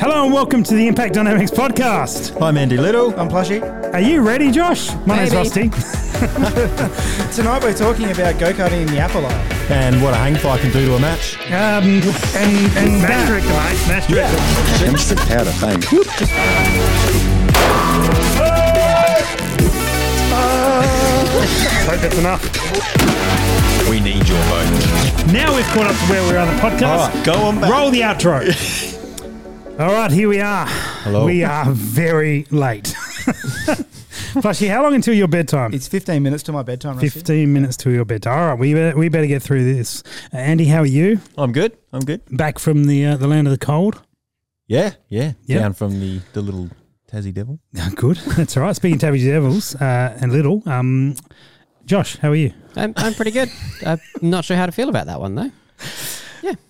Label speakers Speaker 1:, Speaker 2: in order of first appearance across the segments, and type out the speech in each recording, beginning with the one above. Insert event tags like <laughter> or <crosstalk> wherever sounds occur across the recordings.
Speaker 1: Hello and welcome to the Impact Dynamics podcast.
Speaker 2: I'm Andy Little.
Speaker 3: I'm Plushy.
Speaker 1: Are you ready, Josh? My name's
Speaker 4: Maybe.
Speaker 1: Rusty.
Speaker 3: Tonight we're talking about go karting in the Apple Isle.
Speaker 2: And what a hang fly can do to a match.
Speaker 1: Um, and and that.
Speaker 5: Instant powder fame.
Speaker 1: Hope that's enough.
Speaker 5: We need your vote.
Speaker 1: Now we've caught up to where we are on the podcast.
Speaker 5: Alright, go on back.
Speaker 1: Roll the outro. <laughs> All right, here we are. Hello. We are very late. <laughs> Plushy, how long until your bedtime?
Speaker 3: It's 15 minutes to my bedtime, Rusty.
Speaker 1: 15 minutes to your bedtime. All right, we better, we better get through this. Uh, Andy, how are you?
Speaker 2: I'm good. I'm good.
Speaker 1: Back from the uh, the land of the <laughs> cold?
Speaker 2: Yeah, yeah.
Speaker 1: Yeah.
Speaker 2: Down from the, the little Tassie Devil.
Speaker 1: Good. <laughs> That's all right. Speaking of Tabby Devils uh, and Little, um, Josh, how are you?
Speaker 4: I'm, I'm
Speaker 1: <laughs>
Speaker 4: pretty good. I'm not sure how to feel about that one though.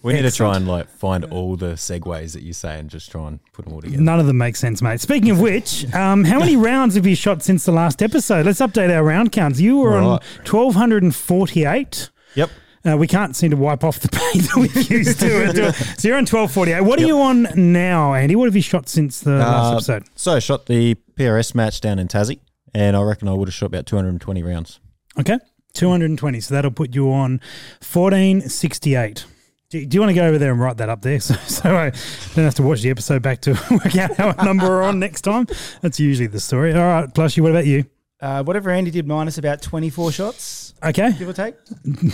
Speaker 2: We need to try and like find all the segues that you say and just try and put them all together.
Speaker 1: None of them make sense, mate. Speaking of which, um, how <laughs> many rounds have you shot since the last episode? Let's update our round counts. You were on
Speaker 2: Right.
Speaker 1: 1,248.
Speaker 2: Yep.
Speaker 1: Uh, we can't seem to wipe off the pain that <laughs> we've used to it. So you're on 1,248. What are you on now, Andy? What have you shot since the last
Speaker 2: Uh,
Speaker 1: episode?
Speaker 2: So I shot the PRS match down in Tassie, and I reckon I would have shot about 220 rounds.
Speaker 1: Okay. 220. So that'll put you on 1468. Do, do you want to go over there and write that up there <laughs> so, so I don't have to watch the episode back to <laughs> work out how our number we're on next time? That's usually the story. All right, Plushy, what about you?
Speaker 3: Uh, whatever Andy did minus about 24 shots,
Speaker 1: Okay.
Speaker 3: give or take.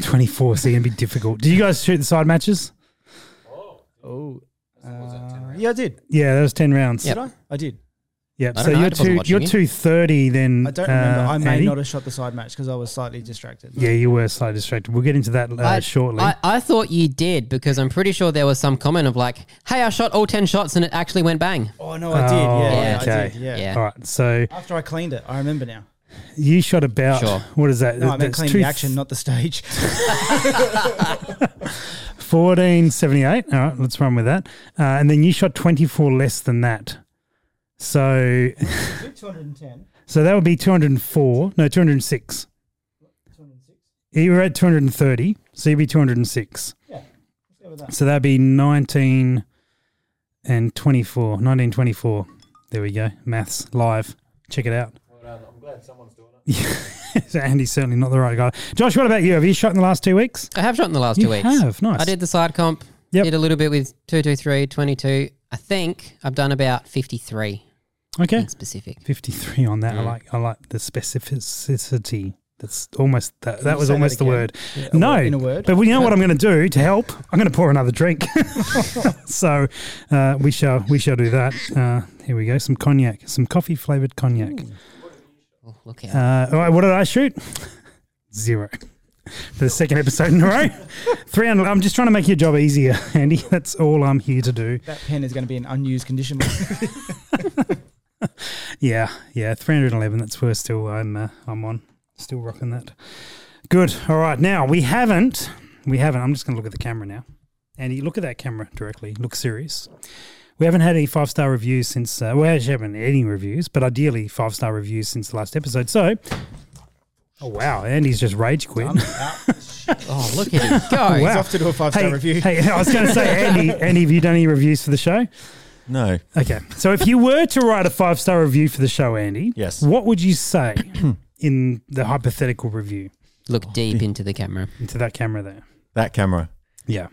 Speaker 1: 24, so it's going to be difficult. Did you guys shoot the side matches?
Speaker 3: Oh. yeah, I did.
Speaker 1: Yeah, that was 10 rounds.
Speaker 4: Yep.
Speaker 3: Did I? I did.
Speaker 1: Yep.
Speaker 4: I
Speaker 1: So
Speaker 4: don't know, I
Speaker 1: you're,
Speaker 4: wasn't
Speaker 1: two,
Speaker 4: watching
Speaker 1: you're
Speaker 4: it.
Speaker 1: 230 then.
Speaker 3: I don't remember.
Speaker 1: uh,
Speaker 3: I may
Speaker 1: Andy?
Speaker 3: not have shot the side match because I was slightly distracted.
Speaker 1: Yeah, you were slightly distracted. We'll get into that uh,
Speaker 4: I,
Speaker 1: shortly.
Speaker 4: I, I thought you did because I'm pretty sure there was some comment of like, "Hey, I shot all ten shots and it actually went bang."
Speaker 3: Oh, no, I did. Yeah,
Speaker 4: yeah,
Speaker 3: I
Speaker 1: okay.
Speaker 3: did. Yeah.
Speaker 4: Yeah.
Speaker 1: All right. So
Speaker 3: After I cleaned it, I remember now.
Speaker 1: you shot about,
Speaker 4: Sure.
Speaker 1: what is that?
Speaker 3: No, I meant
Speaker 1: That's
Speaker 3: clean
Speaker 1: two-
Speaker 3: the action, not the stage.
Speaker 1: 1478. All right, let's run with that. Uh, and then you shot 24 less than that. So <laughs>
Speaker 3: 210.
Speaker 1: so that would be 204. No, 206. You were at 230, so you'd be 206.
Speaker 3: Yeah. Let's go with that.
Speaker 1: So that'd be 19 and 24. 1924. There we go. Maths live. Check it out. I'm glad someone's doing it. so <laughs> Andy's certainly not the right guy. Josh, what about you? Have you shot in the last two weeks?
Speaker 4: I have shot in the last
Speaker 1: You
Speaker 4: two weeks.
Speaker 1: have, nice.
Speaker 4: I did the side comp.
Speaker 1: Yep.
Speaker 4: Did a little bit with 223, 22. I think I've done about 53
Speaker 1: Okay.
Speaker 4: in specific.
Speaker 1: 53 on
Speaker 3: Mm.
Speaker 1: that. I like I like the specificity. That's almost that, that was
Speaker 3: say that
Speaker 1: almost the
Speaker 3: again?
Speaker 1: word.
Speaker 3: a
Speaker 1: no,
Speaker 3: word- in a word?
Speaker 1: But we know what I'm going to do
Speaker 3: <laughs>
Speaker 1: to help. I'm going to pour another drink. <laughs> so uh, we shall we shall do that. Uh, here we go. Some cognac, some coffee flavored cognac.
Speaker 4: Oh, look out.
Speaker 1: Uh, all right, what did I shoot? Zero for the second episode in a
Speaker 3: <laughs>
Speaker 1: row. Three hundred. I'm just trying to make your job easier, Andy. That's all I'm here to do.
Speaker 3: That pen is going to be in unused
Speaker 1: <laughs>
Speaker 3: condition.
Speaker 1: Yeah, yeah, 311. That's where still I'm. Uh, I'm on. Still rocking that. Good. All right. Now we haven't. We haven't. I'm just going to look at the camera now. Andy, look at that camera directly. Look serious. We haven't had any five star reviews since. Uh, we actually haven't had any reviews, but ideally five star reviews since the last episode. So. Oh wow, Andy's just rage quit.
Speaker 4: oh, look
Speaker 3: <laughs>
Speaker 4: at
Speaker 1: <laughs>
Speaker 4: him go.
Speaker 1: wow.
Speaker 3: off to do a five-star
Speaker 1: hey,
Speaker 3: review.
Speaker 1: Hey, I was going to say,
Speaker 3: <laughs>
Speaker 1: Andy, Andy, have you done any reviews for the show?
Speaker 2: No.
Speaker 1: Okay. So if you were to write a five star review for the show, Andy,
Speaker 2: Yes.
Speaker 1: what would you say in the hypothetical review
Speaker 4: Look deep into
Speaker 1: <laughs>
Speaker 4: the camera.
Speaker 1: into that camera there?
Speaker 2: That camera.
Speaker 1: Yeah.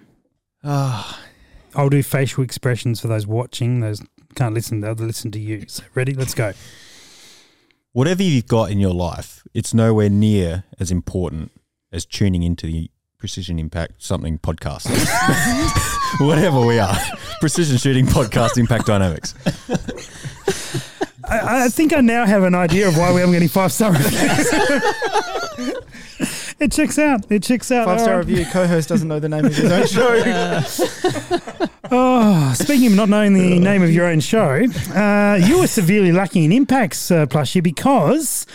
Speaker 1: I'll do facial expressions for those watching, those can't listen, they'll listen to you. So ready? Let's go.
Speaker 2: Whatever you've got in your life, it's nowhere near as important as tuning into the Precision Impact something podcast. <laughs> Whatever we are. Precision Shooting Podcast Impact Dynamics.
Speaker 1: I, I think I now have an idea of why we haven't got any five star <laughs> reviews. it checks out. It checks out.
Speaker 3: Five
Speaker 1: All
Speaker 3: star
Speaker 1: right.
Speaker 3: review. Co-host doesn't know the name of his
Speaker 1: <laughs>
Speaker 3: own show.
Speaker 1: Oh, speaking of not knowing the name of your own show, uh, you were severely lacking in impacts, uh, Plushy, because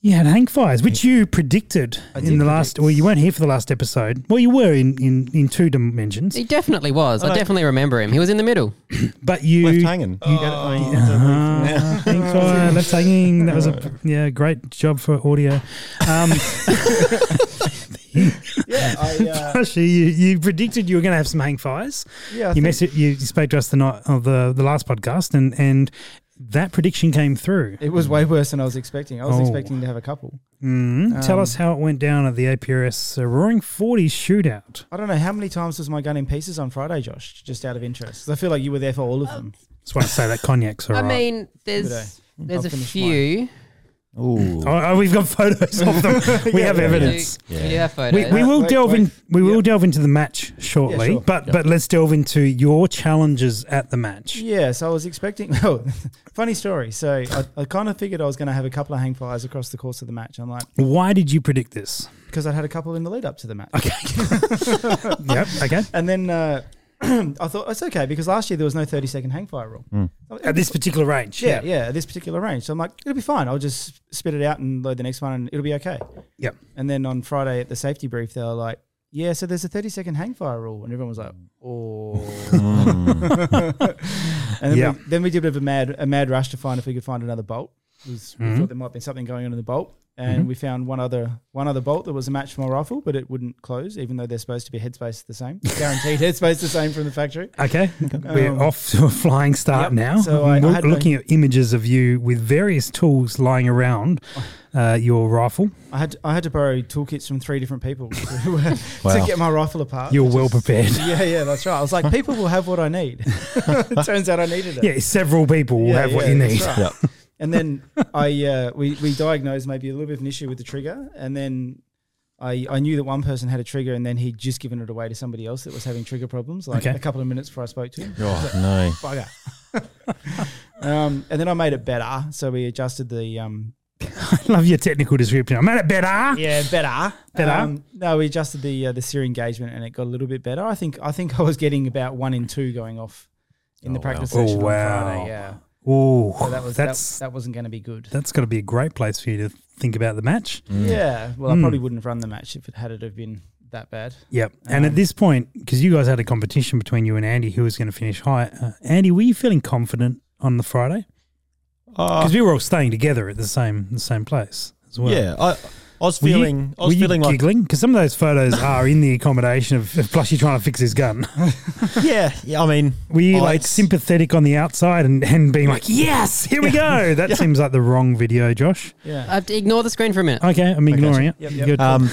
Speaker 1: you had hang fires, which you predicted in the last. Well, you weren't here for the last episode. Well, you were in in, in two dimensions,
Speaker 4: He definitely was. I
Speaker 1: Alright.
Speaker 4: definitely remember him. He was in the middle.
Speaker 1: but you
Speaker 2: <laughs> Left hanging.
Speaker 1: Ah, hang
Speaker 2: <laughs>
Speaker 1: fire, left <laughs>
Speaker 2: <laughs>
Speaker 1: hanging. That was a yeah, great job for audio. Um, you.
Speaker 3: <laughs> Yeah, I, uh,
Speaker 1: Actually, you, you predicted you were going to have some hang fires.
Speaker 3: yeah. I
Speaker 1: you
Speaker 3: think-
Speaker 1: mess you, you spoke to us the night of the the last podcast, and and that prediction came through.
Speaker 3: It was way worse than I was expecting. I was
Speaker 1: Oh.
Speaker 3: expecting to have a couple.
Speaker 1: Mm. Tell
Speaker 3: Um,
Speaker 1: us how it went down at the APRS uh, Roaring Forties shootout.
Speaker 3: I don't know how many times was my gun in pieces on Friday, Josh. Just out of interest, I feel like you were there for all of them.
Speaker 1: That's why I say that cognac's all
Speaker 4: I
Speaker 1: right.
Speaker 4: mean,
Speaker 3: Good day.
Speaker 4: there's there's
Speaker 3: I'll
Speaker 4: a
Speaker 3: finish
Speaker 4: few.
Speaker 2: Ooh.
Speaker 1: Oh, oh, we've got photos of
Speaker 3: <laughs>
Speaker 1: them. We have
Speaker 3: yeah.
Speaker 1: evidence.
Speaker 4: You,
Speaker 2: Yeah.
Speaker 4: you have
Speaker 1: We,
Speaker 4: photos.
Speaker 1: we
Speaker 3: Uh,
Speaker 1: will
Speaker 3: wait,
Speaker 1: delve in.
Speaker 3: wait.
Speaker 1: We will
Speaker 3: Yeah.
Speaker 1: delve into the match shortly,
Speaker 3: sure.
Speaker 1: but but let's delve into your challenges at the match.
Speaker 3: Yeah, so I was expecting. <laughs> Oh, funny story. So I, I kind of figured I was going to have a couple of hang fires across the course of the match. I'm like,
Speaker 1: Why did you predict
Speaker 3: <laughs>
Speaker 1: this?
Speaker 3: because I'd had a couple in the lead up to the match.
Speaker 1: yep. Okay.
Speaker 3: And then uh, <clears throat> I thought it's okay because last year there was no 30 second hang fire rule.
Speaker 1: Mm. At this particular range.
Speaker 3: yeah, yeah, at this particular range. So I'm like, it'll be fine. I'll just spit it out and load the next one, and it'll be okay.
Speaker 1: Yep.
Speaker 3: And then on Friday at the safety brief, they were like, yeah, so there's a 30 second hang fire rule, and everyone was like,
Speaker 1: Mm.
Speaker 3: oh.
Speaker 2: Mm.
Speaker 3: <laughs> And then,
Speaker 1: Yeah.
Speaker 3: we, then we did a bit of a mad, a mad rush to find if we could find another bolt. It Was, We
Speaker 1: Mhm.
Speaker 3: thought there might be something going on in the bolt, and
Speaker 1: Mm-hmm.
Speaker 3: we found one other one other bolt that was a match for my rifle, but it wouldn't close, even though they're supposed to be headspace the
Speaker 1: <laughs>
Speaker 3: same, guaranteed headspace the same from the factory.
Speaker 1: Okay. We're off to a flying start
Speaker 3: Um, Yep.
Speaker 1: now.
Speaker 3: So I- I
Speaker 1: We're
Speaker 3: had no-
Speaker 1: looking at images of you with various tools lying around
Speaker 3: Oh.
Speaker 1: uh, your rifle.
Speaker 3: I had I had to borrow toolkits from three different people <laughs> to, uh,
Speaker 2: Wow.
Speaker 3: to get my rifle apart.
Speaker 1: You're
Speaker 3: Just-
Speaker 1: well prepared.
Speaker 3: <laughs> Yeah, yeah, that's right. I was like, people will have what I
Speaker 1: <laughs>
Speaker 3: need. <laughs> it turns out I needed it.
Speaker 1: Yeah, several people will
Speaker 3: Yeah,
Speaker 1: have what
Speaker 3: yeah,
Speaker 1: you
Speaker 3: that's
Speaker 1: need.
Speaker 2: <laughs>
Speaker 3: right.
Speaker 2: Yep.
Speaker 3: And then <laughs> I uh, we we diagnosed maybe a little bit of an issue with the trigger, and then I I knew that one person had a trigger, and then he'd just given it away to somebody else that was having trigger problems, like
Speaker 1: Okay.
Speaker 3: a couple of minutes before I spoke to him.
Speaker 2: Oh, no.
Speaker 3: Bugger. <laughs> um, and then I made it better, so we adjusted the um,
Speaker 1: I <laughs> love your technical description. I'm at it better.
Speaker 3: Yeah, better,
Speaker 1: Better?
Speaker 3: Um, no, we adjusted the uh, the sear engagement, and it got a little bit better. I think I think I was getting about one in two going off in the
Speaker 2: Oh,
Speaker 3: practice
Speaker 1: wow.
Speaker 3: session
Speaker 1: Oh,
Speaker 3: on
Speaker 1: wow.
Speaker 3: Friday. Yeah,
Speaker 1: Oh,
Speaker 3: so that was
Speaker 1: that's
Speaker 3: that, that wasn't going to be good.
Speaker 1: that's got to be a great place for you to think about the match.
Speaker 3: Yeah, well,
Speaker 1: Mm.
Speaker 3: I probably wouldn't have run the match if it had it have been that bad.
Speaker 1: Yep. And at
Speaker 3: Um,
Speaker 1: this point, because you guys had a competition between you and Andy, who was going to finish high. Uh, Andy, were you feeling confident on the Friday?
Speaker 2: Uh,
Speaker 1: Because we were all staying together at the same the same place as well.
Speaker 2: yeah. I, I was
Speaker 1: Were you-
Speaker 2: feeling. I
Speaker 1: were
Speaker 2: was
Speaker 1: you
Speaker 2: feeling like.
Speaker 1: giggling because some of those photos are in the accommodation of, of Plushy trying to fix his gun.
Speaker 2: Yeah. Yeah.
Speaker 1: <laughs>
Speaker 2: I mean.
Speaker 1: Were you
Speaker 2: Oh,
Speaker 1: like
Speaker 2: it's-
Speaker 1: sympathetic on the outside and, and being like, "Yes, here we
Speaker 3: <laughs>
Speaker 1: go"? That seems like the wrong video, Josh.
Speaker 3: Yeah,
Speaker 4: I have to ignore the screen for a minute.
Speaker 1: Okay, I'm ignoring it.
Speaker 3: Yep, yep.
Speaker 1: Good.
Speaker 2: Um.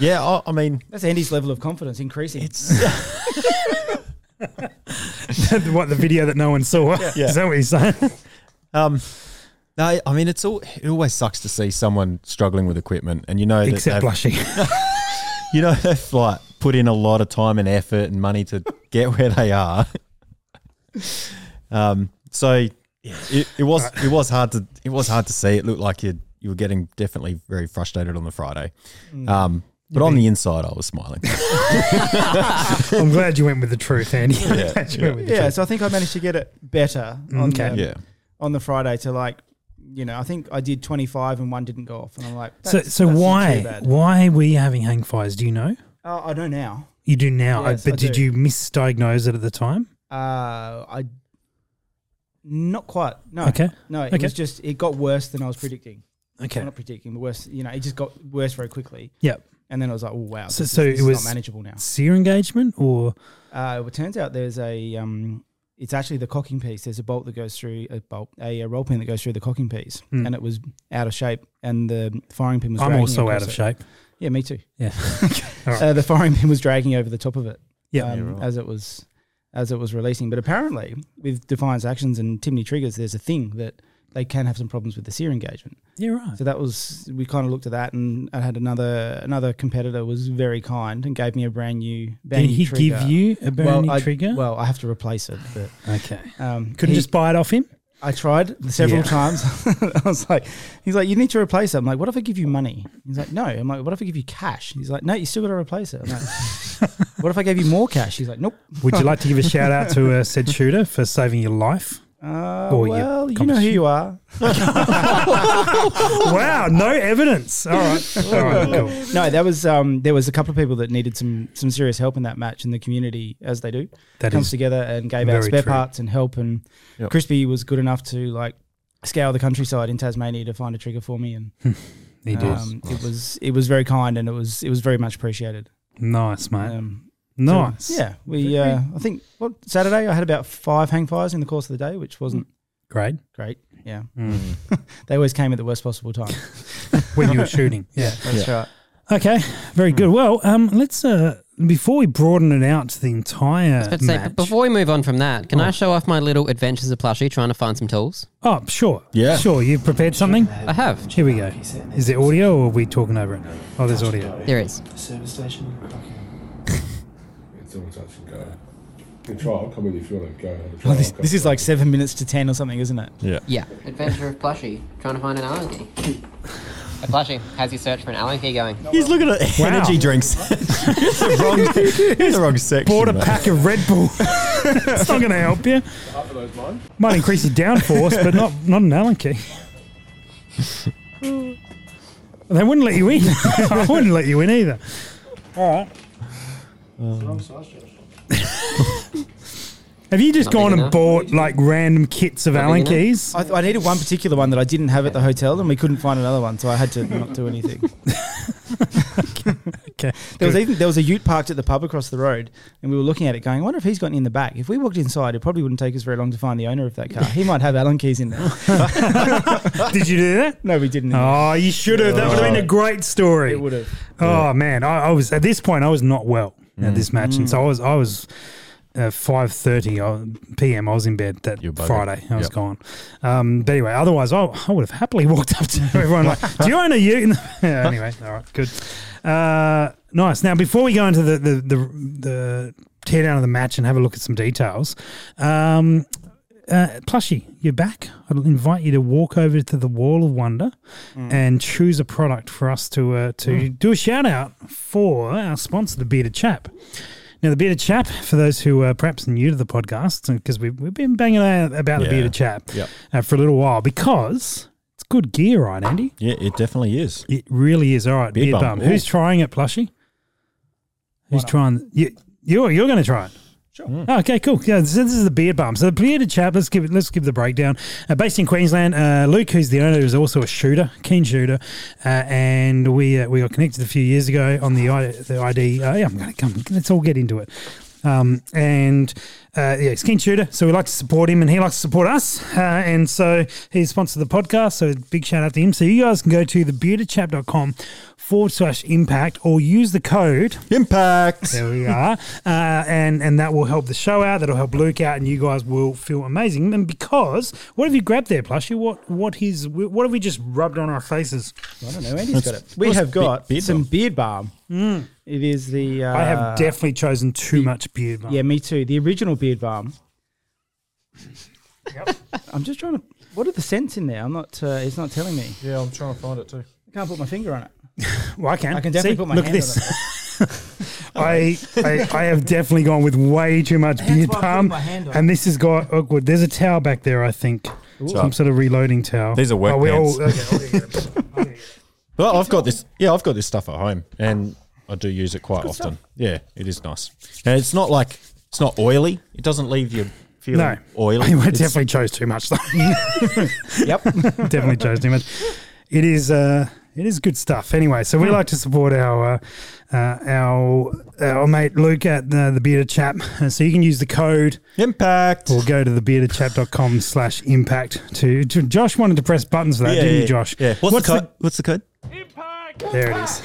Speaker 2: Yeah. I, I mean.
Speaker 3: that's Andy's level of confidence increasing. <laughs>
Speaker 2: It's.
Speaker 1: <laughs> what the video that no one saw?
Speaker 2: Yeah.
Speaker 1: <laughs> Is that what you're saying?
Speaker 2: Um, no, I mean it's all. It always sucks to see someone struggling with equipment, and you know that
Speaker 1: Except
Speaker 2: they've-
Speaker 3: <laughs>
Speaker 1: Plushy.
Speaker 2: you know <laughs> they've like put in a lot of time and effort and money to get where they are. Um, so yeah, it, it was it was hard to it was hard to see. It looked like you you were getting definitely very frustrated on the Friday. Um, but on the inside, I was smiling.
Speaker 1: I'm glad you went with the truth, Andy. I'm <laughs> glad you went with the
Speaker 3: yeah,
Speaker 1: truth.
Speaker 3: so I think I managed to get it better on
Speaker 1: Mm. Okay.
Speaker 3: the,
Speaker 2: yeah,
Speaker 3: on the Friday to like. You know, I think I did 25 and one didn't go off, and I'm like,
Speaker 1: So,
Speaker 3: that's-
Speaker 1: so
Speaker 3: that's not too
Speaker 1: why
Speaker 3: bad.
Speaker 1: why were you having hang fires? Do you know?
Speaker 3: Oh, I don't now.
Speaker 1: You do now, uh,
Speaker 3: Yes,
Speaker 1: but
Speaker 3: I
Speaker 1: did
Speaker 3: do.
Speaker 1: you misdiagnose it at the time?
Speaker 3: Uh, I not quite. No.
Speaker 1: Okay.
Speaker 3: No, it
Speaker 1: Okay.
Speaker 3: was just it got worse than I was predicting. Well,
Speaker 1: Okay.
Speaker 3: not predicting, but worse. You know, it just got worse very quickly.
Speaker 1: Yep.
Speaker 3: And then I was like, oh wow,
Speaker 1: So-
Speaker 3: this,
Speaker 1: so
Speaker 3: is, this
Speaker 1: it
Speaker 3: is
Speaker 1: was-
Speaker 3: not manageable now.
Speaker 1: Sear engagement or
Speaker 3: Uh, well, it turns out there's a um, it's actually the cocking piece. There's a bolt that goes through a bolt, a, uh roll pin that goes through the cocking piece,
Speaker 1: Hmm.
Speaker 3: and it was out of shape, and the firing pin was.
Speaker 1: I'm
Speaker 3: dragging
Speaker 1: also out
Speaker 3: across
Speaker 1: of
Speaker 3: it.
Speaker 1: shape.
Speaker 3: Yeah, me too.
Speaker 1: Yeah. All right.
Speaker 3: Uh, the firing <laughs> pin was dragging over the top of it.
Speaker 1: Yeah.
Speaker 3: um,
Speaker 2: Yeah, right.
Speaker 3: as it was as it was releasing. But apparently, with Defiance Actions and Timney Triggers, there's a thing that they can have some problems with the sear engagement.
Speaker 1: yeah, right.
Speaker 3: So that was we kind of looked at that, and I had another another competitor was very kind and gave me a brand new brand
Speaker 1: Did
Speaker 3: new
Speaker 1: he
Speaker 3: trigger.
Speaker 1: give you a brand new
Speaker 3: I,
Speaker 1: trigger?
Speaker 3: Well, I have to replace it, but
Speaker 1: okay.
Speaker 3: um,
Speaker 1: Couldn't
Speaker 3: he-
Speaker 1: just buy it off him?
Speaker 3: I tried several
Speaker 1: Yeah.
Speaker 3: times. <laughs> I was like, he's like, you need to replace it. I'm like, what if I give you money? He's like, no. I'm like, what if I give you cash? He's like, no, you still got to replace it. I'm like,
Speaker 1: <laughs>
Speaker 3: what if I gave you more cash? He's like, nope.
Speaker 1: Would you like to give a shout out to uh, said shooter for saving your life?
Speaker 3: Uh,
Speaker 1: Or your
Speaker 3: well, you know who
Speaker 1: competition.
Speaker 3: you are.
Speaker 1: wow, no evidence. All right. All right, cool.
Speaker 3: No, that was um, there was a couple of people that needed some some serious help in that match, and the community, as they do,
Speaker 1: That
Speaker 3: comes
Speaker 1: is
Speaker 3: together and gave
Speaker 1: very
Speaker 3: out spare
Speaker 1: true.
Speaker 3: parts and help. And
Speaker 2: Yep.
Speaker 3: Crispy was good enough to like scour the countryside in Tasmania to find a trigger for me, and
Speaker 1: He did.
Speaker 3: Um, it was it was very kind and it was it was very much appreciated.
Speaker 1: nice, mate.
Speaker 3: Um, so,
Speaker 1: nice.
Speaker 3: yeah, we. Uh, I think what Saturday I had about five hang fires in the course of the day, which wasn't
Speaker 1: Great.
Speaker 3: great. Yeah,
Speaker 1: Mm.
Speaker 3: <laughs> they always came at the worst
Speaker 1: <laughs>
Speaker 3: possible time.
Speaker 1: when you were
Speaker 3: <laughs>
Speaker 1: shooting. Yeah.
Speaker 3: That's right.
Speaker 1: Okay. Very good. Well, um, let's uh, before we broaden it out to the entire
Speaker 4: But say,
Speaker 1: match.
Speaker 4: but before we move on from that, can
Speaker 1: Oh.
Speaker 4: I show off my little adventures of plushie trying to find some tools?
Speaker 1: oh, sure.
Speaker 2: Yeah.
Speaker 1: Sure. You've prepared something.
Speaker 4: I have.
Speaker 1: Here we go. Is there audio, or are we talking over it? Oh, there's audio.
Speaker 4: There is.
Speaker 6: service station.
Speaker 7: It's all touch and go. You can try. I'll come with you if you want to go. and have a try.
Speaker 3: Well, this,
Speaker 7: I'll come
Speaker 3: this is
Speaker 7: with you.
Speaker 3: like seven minutes to ten or something, isn't it?
Speaker 2: Yeah.
Speaker 4: Yeah. Adventure of plushie trying to find an Allen key. <laughs> A plushie. How's your search for an Allen key going?
Speaker 2: He's looking at
Speaker 1: Wow.
Speaker 2: energy <laughs> drinks. it's the <laughs> wrong, it's the wrong section.
Speaker 1: Bought a
Speaker 2: mate.
Speaker 1: pack of Red Bull. <laughs> it's not going to help you. Might increase your downforce, but not not an Allen key. they wouldn't let you in. <laughs> I wouldn't let you in either. All
Speaker 4: <laughs>
Speaker 1: right. Have you just
Speaker 4: Not
Speaker 1: gone
Speaker 4: big
Speaker 1: and
Speaker 4: enough.
Speaker 1: bought like random kits of Allen
Speaker 4: enough.
Speaker 1: keys?
Speaker 3: I, I needed one particular one that I didn't have at the hotel, and we couldn't find another one, so I had to not
Speaker 1: <laughs>
Speaker 3: do anything.
Speaker 1: Okay.
Speaker 3: There was even there was a Ute parked at the pub across the road, and we were looking at it, going, "I wonder if he's got any in the back." If we walked inside, it probably wouldn't take us very long to find the owner of that car. He might have Allen keys in there. <laughs>
Speaker 1: Did you do that?
Speaker 3: No, we didn't.
Speaker 1: <laughs> Oh, you should have. That would have been a great story.
Speaker 3: It would have.
Speaker 1: Oh man, I, I was at this point. I was not well at this match, and so I was. I was uh, five thirty p.m. I was in bed that
Speaker 2: You're buggered.
Speaker 1: Friday. I was
Speaker 2: Yep.
Speaker 1: gone. Um, but anyway, otherwise, I, I would have happily <laughs> walked up to everyone like, "Do you own a Ute?" <laughs> yeah, anyway, all right, good. Uh, nice. Now, before we go into the the the, the teardown of the match and have a look at some details. Um, uh, plushie, you're back. I'll invite you to walk over to the Wall of Wonder and choose a product for us to uh, to do a shout out for our sponsor, the Bearded Chap. Now, the Bearded Chap, for those who are perhaps new to the podcast, because we've, we've been banging out about the
Speaker 2: Yeah.
Speaker 1: Bearded Chap
Speaker 2: Yep.
Speaker 1: uh, for a little while, because it's good gear, right, Andy?
Speaker 2: Yeah, it definitely is.
Speaker 1: It really is. All right,
Speaker 2: Beard
Speaker 1: Beard, bum.
Speaker 2: Bum.
Speaker 1: Who's trying it, Plushie? Who's trying? You, you're you're going to try it. Sure. Mm. Oh, okay, cool. Yeah, so this is the beard bum. So the bearded chap. Let's give it. Let's give the breakdown. Uh, based in Queensland, uh, Luke, who's the owner, is also a shooter, keen shooter, uh, and we uh, we got connected a few years ago on the I, the ID. Uh, yeah, I'm going to come. Let's all get into it. Um, and uh, yeah, he's a keen shooter, so we like to support him, and he likes to support us. Uh, and so he's sponsored the podcast, so big shout out to him. So you guys can go to thebeardedchap.com forward slash impact or use the code
Speaker 2: Impact.
Speaker 1: there we are. Uh, and and that will help the show out. That'll help Luke out, and you guys will feel amazing. And because what have you grabbed there, Plushie? What what is what have we just rubbed on our faces?
Speaker 3: I don't know. Andy's got it. We
Speaker 2: what's
Speaker 3: have
Speaker 2: be-
Speaker 3: got
Speaker 2: beard
Speaker 3: some
Speaker 2: balm?
Speaker 3: beard balm.
Speaker 7: Mm.
Speaker 3: It is the. Uh,
Speaker 1: I have definitely chosen too much beard.
Speaker 3: Yeah, me too. The original beard balm. I'm just trying to. What are the scents in there? I'm not. Uh, it's not telling me.
Speaker 7: Yeah, I'm trying to find it too.
Speaker 3: I can't put my finger on it.
Speaker 1: well, I can.
Speaker 3: I can
Speaker 1: See?
Speaker 3: definitely put my
Speaker 1: look
Speaker 3: hand
Speaker 1: at this. <laughs> I, I I have definitely gone with way too much beard
Speaker 3: why I put
Speaker 1: balm,
Speaker 3: my hand on
Speaker 1: and this has got awkward. There's a towel back there, I think. Some sort of reloading towel. Oh,
Speaker 2: These are work
Speaker 1: we
Speaker 2: pants.
Speaker 1: <laughs> okay, I'll get it.
Speaker 2: Well, I've got this. Yeah, I've got this stuff at home, and I do use it quite often. Yeah, it is nice, and it's not like it's not oily. It doesn't leave you feeling
Speaker 1: No,
Speaker 2: <laughs>
Speaker 1: <laughs>
Speaker 2: oily.
Speaker 1: I
Speaker 2: It's-
Speaker 1: definitely chose too much.
Speaker 3: <laughs>
Speaker 1: Though.
Speaker 3: on <laughs> it. Yep.
Speaker 1: <laughs> definitely chose too much. It is uh, it is good stuff. Anyway, so
Speaker 2: Hmm.
Speaker 1: we like to support our uh, uh, our uh, our mate Luke at the, the Bearded Chap. Uh, So you can use the code
Speaker 2: impact.
Speaker 1: or go to thebeardedchap.com slash impact to, to Josh wanted to press buttons for that, didn't you, Josh?
Speaker 2: Yeah. What's, the code? What's the code?
Speaker 1: There it is.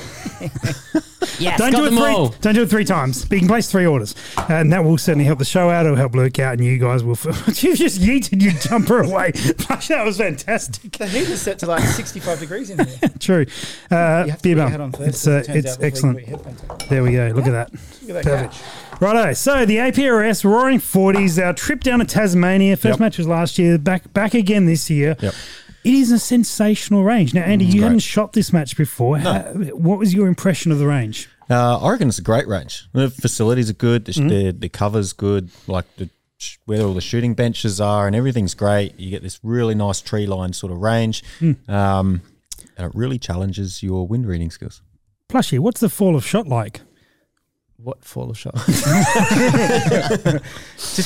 Speaker 4: Yes,
Speaker 1: Don't
Speaker 4: got
Speaker 1: do it
Speaker 4: them
Speaker 1: three. <laughs>
Speaker 4: all.
Speaker 1: Don't do it three times. But you can place three orders, and that will certainly help the show out. It'll help Luke out, and you guys will. Feel, <laughs> you just yeeted your jumper away. <laughs> that was fantastic. <laughs>
Speaker 3: the heat is set to like 65 degrees in here.
Speaker 1: True. Uh,
Speaker 3: You
Speaker 1: beer
Speaker 3: have to put your
Speaker 1: bum.
Speaker 3: hat on first.
Speaker 1: It's uh,
Speaker 3: it turns
Speaker 1: it's
Speaker 3: out before you
Speaker 1: excellent.
Speaker 3: put your headphones on.
Speaker 1: There we go. Look at that.
Speaker 3: Look at that
Speaker 1: Perfect.
Speaker 3: couch.
Speaker 1: Righto. So the APRS Roaring Forties, our trip down to Tasmania. First
Speaker 2: Yep.
Speaker 1: match was last year. Back back again this year.
Speaker 2: Yep.
Speaker 1: It is a sensational range. Now, Andy, you
Speaker 2: great.
Speaker 1: hadn't shot this match before. How- what was your impression of the range?
Speaker 2: Uh, I reckon it's a great range. The facilities are good. The,
Speaker 1: Mm-hmm.
Speaker 2: sh the, the cover's good. Like the sh- where all the shooting benches are and everything's great. You get this really nice tree line sort of range,
Speaker 1: Hmm.
Speaker 2: um, and it really challenges your wind reading skills.
Speaker 1: Plushie, what's the fall of shot like?
Speaker 3: What fall of shot? <laughs> Just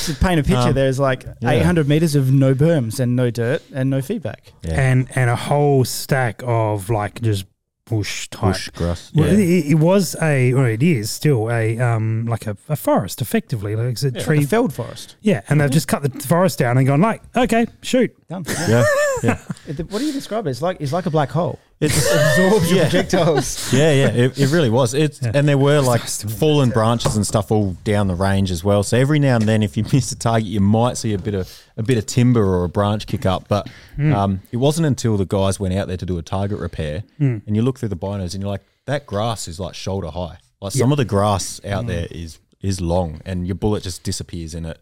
Speaker 3: to paint a picture, there's like
Speaker 2: yeah.
Speaker 3: 800 meters of no berms and no dirt and no feedback.
Speaker 2: Yeah.
Speaker 1: And and a whole stack of like just bush type.
Speaker 2: bush grass.
Speaker 1: Well,
Speaker 2: Yeah.
Speaker 1: it, it was a, or it is still a, um, like a, a forest, effectively, like it's a
Speaker 3: Yeah,
Speaker 1: tree.
Speaker 3: like a felled forest.
Speaker 1: yeah, and they've just cut the forest down and gone like, okay, shoot.
Speaker 3: Done.
Speaker 1: <laughs>
Speaker 2: Yeah. yeah.
Speaker 3: It- What do you describe it? It's like it's like a black hole.
Speaker 2: It's,
Speaker 3: Absorbs your
Speaker 2: Yeah.
Speaker 3: projectiles.
Speaker 2: yeah, yeah, it, it really was. It's
Speaker 1: Yeah.
Speaker 2: and there were like fallen branches and stuff all down the range as well. So every now and then, if you <laughs> miss a target, you might see a bit of a bit of timber or a branch kick up. But
Speaker 3: Hmm.
Speaker 2: um, it wasn't until the guys went out there to do a target repair,
Speaker 3: Hmm.
Speaker 2: and you look through the binos and you're like, that grass is like shoulder high. Like some of the grass out
Speaker 3: Hmm.
Speaker 2: there is is long, and your bullet just disappears in it.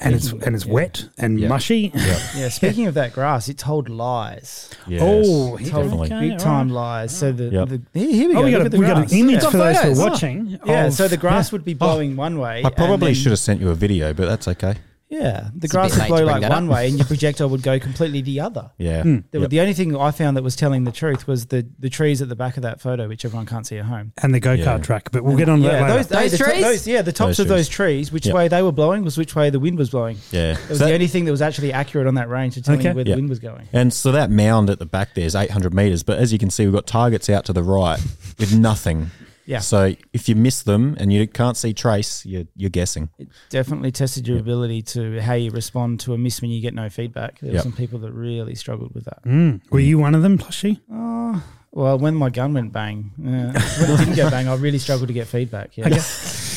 Speaker 1: And it's and it's wet and
Speaker 2: Yeah.
Speaker 1: mushy.
Speaker 3: <laughs>
Speaker 1: <laughs>
Speaker 3: yeah. Speaking of that grass, it told lies.
Speaker 2: Yes,
Speaker 1: Oh, he-
Speaker 2: definitely.
Speaker 1: okay. Yeah,
Speaker 3: Big time lies. So the,
Speaker 2: Yep.
Speaker 3: the here, here we go.
Speaker 1: Oh, we
Speaker 3: Look
Speaker 1: got,
Speaker 3: at
Speaker 1: a,
Speaker 3: the
Speaker 1: we got
Speaker 3: grass.
Speaker 1: an image Oh.
Speaker 3: yeah.
Speaker 1: for those who are
Speaker 4: photos. Oh.
Speaker 1: watching.
Speaker 3: Yeah,
Speaker 1: of-
Speaker 3: so the grass would be blowing one way.
Speaker 2: I
Speaker 3: and
Speaker 2: probably
Speaker 3: then-
Speaker 2: should have sent you a video, but that's okay.
Speaker 3: Yeah,
Speaker 4: It's
Speaker 3: the
Speaker 4: a
Speaker 3: grass
Speaker 4: bit
Speaker 3: would
Speaker 4: late to
Speaker 3: blow
Speaker 4: bring
Speaker 3: like
Speaker 4: that up.
Speaker 3: one
Speaker 2: <laughs>
Speaker 3: way, and your projectile would go completely the other.
Speaker 2: Yeah.
Speaker 3: Hmm. The,
Speaker 2: Yep.
Speaker 3: the only thing I found that was telling the truth was the the trees at the back of that photo, which everyone can't see at home.
Speaker 1: and the go kart
Speaker 2: Yeah.
Speaker 1: track, but we'll get on to that
Speaker 3: yeah,
Speaker 1: later.
Speaker 3: those,
Speaker 4: Those
Speaker 3: the to-
Speaker 4: trees?
Speaker 3: those- yeah, the tops
Speaker 2: Those
Speaker 3: of those trees, which
Speaker 2: Yep.
Speaker 3: way they were blowing was which way the wind was blowing.
Speaker 2: Yeah.
Speaker 3: It was
Speaker 2: So
Speaker 3: the
Speaker 2: that-
Speaker 3: only thing that was actually accurate on that range to tell
Speaker 1: Okay.
Speaker 3: you where
Speaker 2: Yeah.
Speaker 3: the wind was going.
Speaker 2: And so that mound at the back there is 800 meters, but as you can see, we've got targets out to the right with nothing.
Speaker 3: Yeah.
Speaker 2: So if you miss them and you can't see trace, you're, you're guessing.
Speaker 3: It definitely tested your ability to how you respond to a miss when you get no feedback. There were
Speaker 2: Yep.
Speaker 3: some people that really struggled with that.
Speaker 1: Mm. Were you one of them, plushie?
Speaker 3: Oh, well, when my gun went bang, yeah. <laughs> when it didn't go bang, I really struggled to get feedback. Yeah.
Speaker 1: <laughs>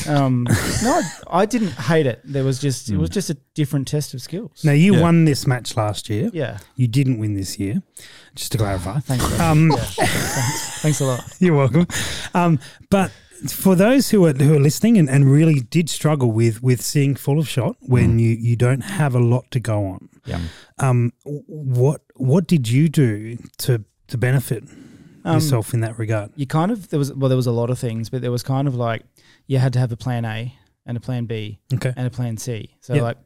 Speaker 3: Um, no, I didn't hate it. There was just it was just a different test of skills.
Speaker 1: Mm. Now you
Speaker 2: Yeah.
Speaker 1: won this match last year.
Speaker 3: Yeah.
Speaker 1: You didn't win this year. Just to clarify. <laughs>
Speaker 3: Thanks. bro.
Speaker 1: Um,
Speaker 3: Thanks a
Speaker 1: <laughs>
Speaker 3: lot.
Speaker 1: You're welcome. Um, but for those who are who are listening and, and really did struggle with with seeing full of shot when
Speaker 2: Mm.
Speaker 1: you you don't have a lot to go on.
Speaker 3: Yeah.
Speaker 1: Um, w- what what did you do to to benefit
Speaker 3: Um,
Speaker 1: yourself in that regard?
Speaker 3: you kind of there was well there was a lot of things, but there was kind of like you had to have a plan A and a plan B
Speaker 1: Okay.
Speaker 3: and a plan C. So
Speaker 1: Yeah.
Speaker 3: like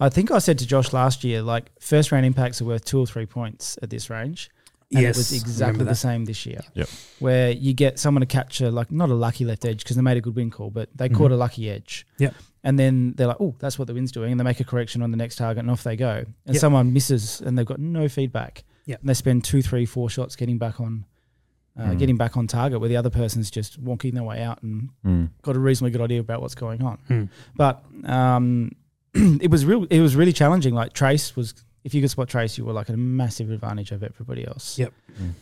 Speaker 3: I think I said to Josh last year, like first round impacts are worth two or three points at this range. And
Speaker 1: Yes,
Speaker 3: it was
Speaker 1: I
Speaker 3: exactly
Speaker 1: remember
Speaker 3: the
Speaker 1: that.
Speaker 3: same this year.
Speaker 2: Yep.
Speaker 3: Where you get someone to capture like not a lucky left edge because they made a good win call, but they caught a lucky edge.
Speaker 1: Mm-hmm. Yep.
Speaker 3: And then they're like, oh, that's what the wind's doing. And they make a correction on the next target and off they go. And
Speaker 1: Yep.
Speaker 3: someone misses and they've got no feedback.
Speaker 1: Yep. Mm.
Speaker 3: And they spend two, three, four shots getting back on uh, getting back on target where the other person's just wonking their way out and
Speaker 2: Hmm.
Speaker 3: got a reasonably good idea about what's going on.
Speaker 1: Hmm.
Speaker 3: But um, <clears throat> it was real. It was really challenging. Like Trace was, if you could spot Trace, you were like at a massive advantage over everybody else.
Speaker 1: Yep.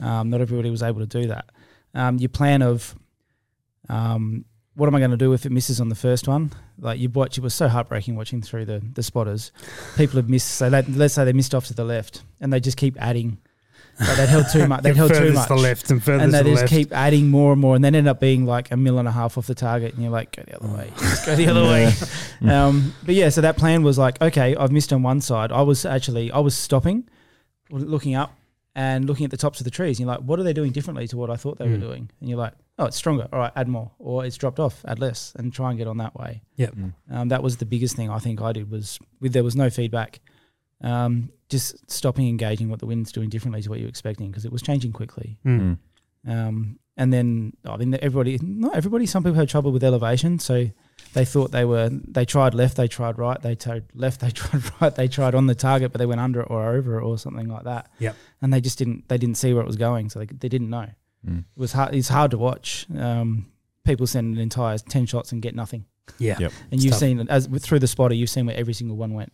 Speaker 3: Um, not everybody was able to do that. Um, your plan of, um, what am I going to do if it misses on the first one? Like you watch, it was so heartbreaking watching through the the spotters. People have missed. So let, let's say they missed off to the left, and they just keep adding. Like they'd held too much. They'd held too
Speaker 1: furthest
Speaker 3: much
Speaker 1: to <laughs> the left and furthest
Speaker 3: and they
Speaker 1: to the
Speaker 3: just
Speaker 1: left.
Speaker 3: keep adding more and more, and then end up being like a mil and a half off the target, and you're like, go the other way,
Speaker 1: Mm.
Speaker 3: just go the
Speaker 1: <laughs>
Speaker 3: other way. <laughs> Um, but yeah, so that plan was like, okay, I've missed on one side. I was actually I was stopping, looking up, and looking at the tops of the trees. And you're like, what are they doing differently to what I thought they
Speaker 1: Mm.
Speaker 3: were doing? And you're like, oh, it's stronger. All right, add more, or it's dropped off, add less, and try and get on that way.
Speaker 1: Yep.
Speaker 3: Um, that was the biggest thing I think I did was with there was no feedback. Um, just stopping engaging what the wind's doing differently to what you're expecting because it was changing quickly.
Speaker 2: Hmm.
Speaker 1: Mm.
Speaker 3: Um, and then I mean, everybody, not everybody, some people had trouble with elevation. So they thought they were, they tried left, they tried right, they tried left, they <laughs> tried right, they tried on the target, but they went under it or over it or something like that.
Speaker 1: Yep.
Speaker 3: And they just didn't, they didn't see where it was going. So they, they didn't know.
Speaker 1: Hmm.
Speaker 2: Mm.
Speaker 3: It was hard, it's hard to watch. Um, people send an entire 10 shots and get nothing.
Speaker 1: Yeah.
Speaker 2: Yep.
Speaker 3: And you've seen, as through the spotter, you've seen where every single one went.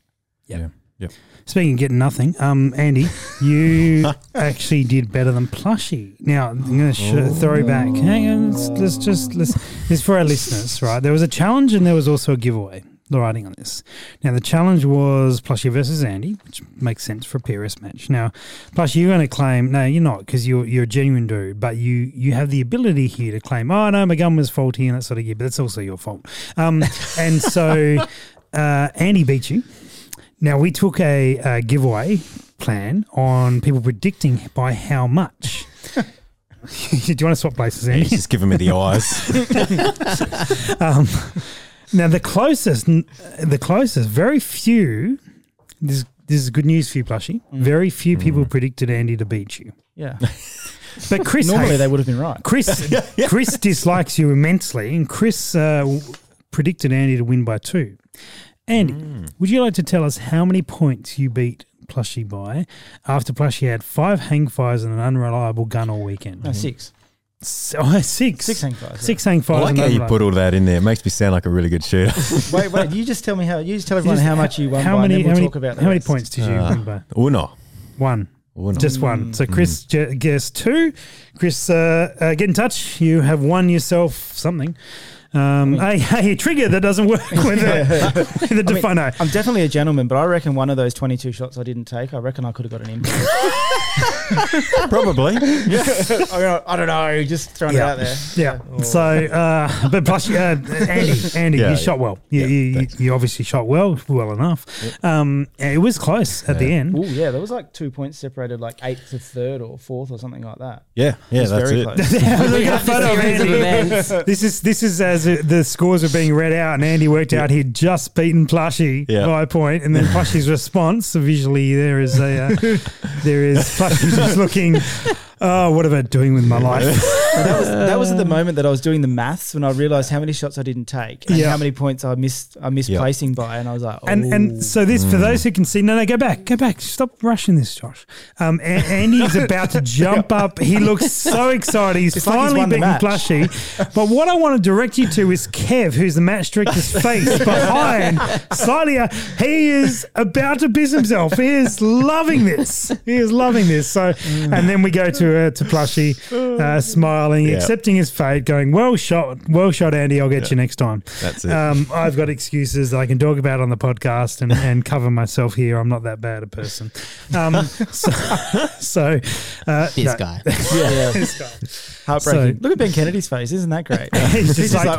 Speaker 1: Speaking of getting nothing, um, Andy,
Speaker 2: Hmm.
Speaker 1: you actually did better than plushie. Now I'm going to sh- throw back. Hang on, let's, let's just let's. This is for our listeners, right? There was a challenge and there was also a giveaway. The writing on this. Now the challenge was plushie versus Andy, which makes sense for a PRS match. Now, plushie, you're going to claim no, you're not because you're you're a genuine dude, but you you have the ability here to claim, oh no, my gun was faulty and that sort of gear, but that's also your fault. Um, and so <laughs> uh, Andy beat you. Now we took a, uh giveaway plan on people predicting by how much. <laughs> Do you want to swap places,
Speaker 2: <laughs> He's
Speaker 1: Andy?
Speaker 2: just giving me the
Speaker 1: <laughs>
Speaker 2: eyes.
Speaker 1: Um, <laughs> now the closest, the closest, very few. This this is good news for you, Plushie. Very few people predicted Andy to beat you, <laughs>
Speaker 3: Yeah.
Speaker 1: but Chris
Speaker 3: Normally
Speaker 1: hates-
Speaker 3: they would have been right. <laughs>
Speaker 1: Chris Chris dislikes you immensely, and Chris uh, w- predicted Andy to win by two. Andy,
Speaker 3: Hmm.
Speaker 1: would you like to tell us how many points you beat Plushie by after Plushie had five hang fires and an unreliable gun all weekend?
Speaker 3: No, six.
Speaker 1: s- oh, six.
Speaker 3: Six hang fives.
Speaker 1: Six hang
Speaker 2: I
Speaker 1: fives.
Speaker 2: like
Speaker 1: and
Speaker 2: how you
Speaker 1: overlay.
Speaker 2: put all that in there. It makes me sound like a really good shooter. <laughs>
Speaker 3: yeah. Wait, wait. You just tell me how. You just tell
Speaker 1: You
Speaker 3: everyone
Speaker 1: just-
Speaker 3: how much you won.
Speaker 1: How
Speaker 3: by,
Speaker 1: many?
Speaker 3: And then we'll
Speaker 1: how many,
Speaker 3: talk about the
Speaker 1: how many
Speaker 3: rest. Uh.
Speaker 1: points did you
Speaker 2: Ah.
Speaker 1: win by?
Speaker 2: Uno.
Speaker 1: One.
Speaker 2: Uno.
Speaker 1: Just one. So Chris ge- guessed two. Chris, uh, uh, get in touch. You have won yourself something. Um, a, a trigger that doesn't work <laughs> with the, the defino.
Speaker 3: I'm definitely a gentleman, but I reckon one of those 22 shots I didn't take, I reckon I could have got
Speaker 1: <laughs>
Speaker 3: an impact.
Speaker 2: Probably.
Speaker 3: <laughs> I, don't- I don't know. Just throwing
Speaker 1: Yeah.
Speaker 3: it out
Speaker 1: <laughs>
Speaker 3: there.
Speaker 1: Yeah. So, uh, but plus, uh, Andy, Andy,
Speaker 2: Yeah,
Speaker 1: you
Speaker 2: yeah.
Speaker 1: shot well. You,
Speaker 2: Yeah,
Speaker 1: you- you,
Speaker 2: thanks.
Speaker 1: you obviously shot well, well enough. Um, it was close at the end.
Speaker 3: Oh yeah, there was like two points separated, like eighth to third or fourth or something like that.
Speaker 2: <laughs> Yeah, yeah,
Speaker 3: It's
Speaker 2: that's
Speaker 3: very
Speaker 1: <laughs>
Speaker 2: it.
Speaker 3: close.
Speaker 1: Look at
Speaker 4: Got
Speaker 1: the
Speaker 4: the
Speaker 1: photo of
Speaker 4: series of
Speaker 1: Andy. <laughs>
Speaker 4: events.
Speaker 1: This is this is as uh, the scores are being read out, and Andy worked out he'd just beaten Plushy
Speaker 2: Yeah.
Speaker 1: by a point, and then Plushy's response visually there is a uh, there is Plushy just looking, oh, what am I doing with my life?
Speaker 3: that was that was at the moment that I was doing the maths when I realized how many shots I didn't take and
Speaker 1: Yeah.
Speaker 3: how many points I missed I misplacing by, and I was like, oh.
Speaker 1: And and so this for those who can see, no, no, go back, go back, stop rushing this, Josh. Um, a- Andy is about to
Speaker 3: <laughs>
Speaker 1: jump up. He looks so excited. He's
Speaker 3: It's like he's
Speaker 1: finally
Speaker 3: won the
Speaker 1: beaten
Speaker 3: match.
Speaker 1: Plushy. But what I want to direct you to is Kev, who's the match director's
Speaker 3: <laughs>
Speaker 1: face behind Sadia. He is about to piss himself. He is loving this. He is loving this. So,
Speaker 3: Mm.
Speaker 1: and then we go to uh, to Plushy, uh, smiling,
Speaker 2: Yeah.
Speaker 1: accepting his fate, going, "Well shot, well shot, Andy. I'll get you next time."
Speaker 2: That's it.
Speaker 1: Um, I've got excuses that I can talk about on the podcast and,
Speaker 2: <laughs>
Speaker 1: and cover myself here. I'm not that bad a person. Um, so, so uh,
Speaker 4: This
Speaker 1: no.
Speaker 4: guy.
Speaker 3: yeah,
Speaker 1: <laughs>
Speaker 3: heartbreaking.
Speaker 1: So-
Speaker 3: Look at Ben Kennedy's face. Isn't
Speaker 1: <laughs>
Speaker 3: that great?
Speaker 1: He's just
Speaker 3: He's just
Speaker 1: like-
Speaker 3: like,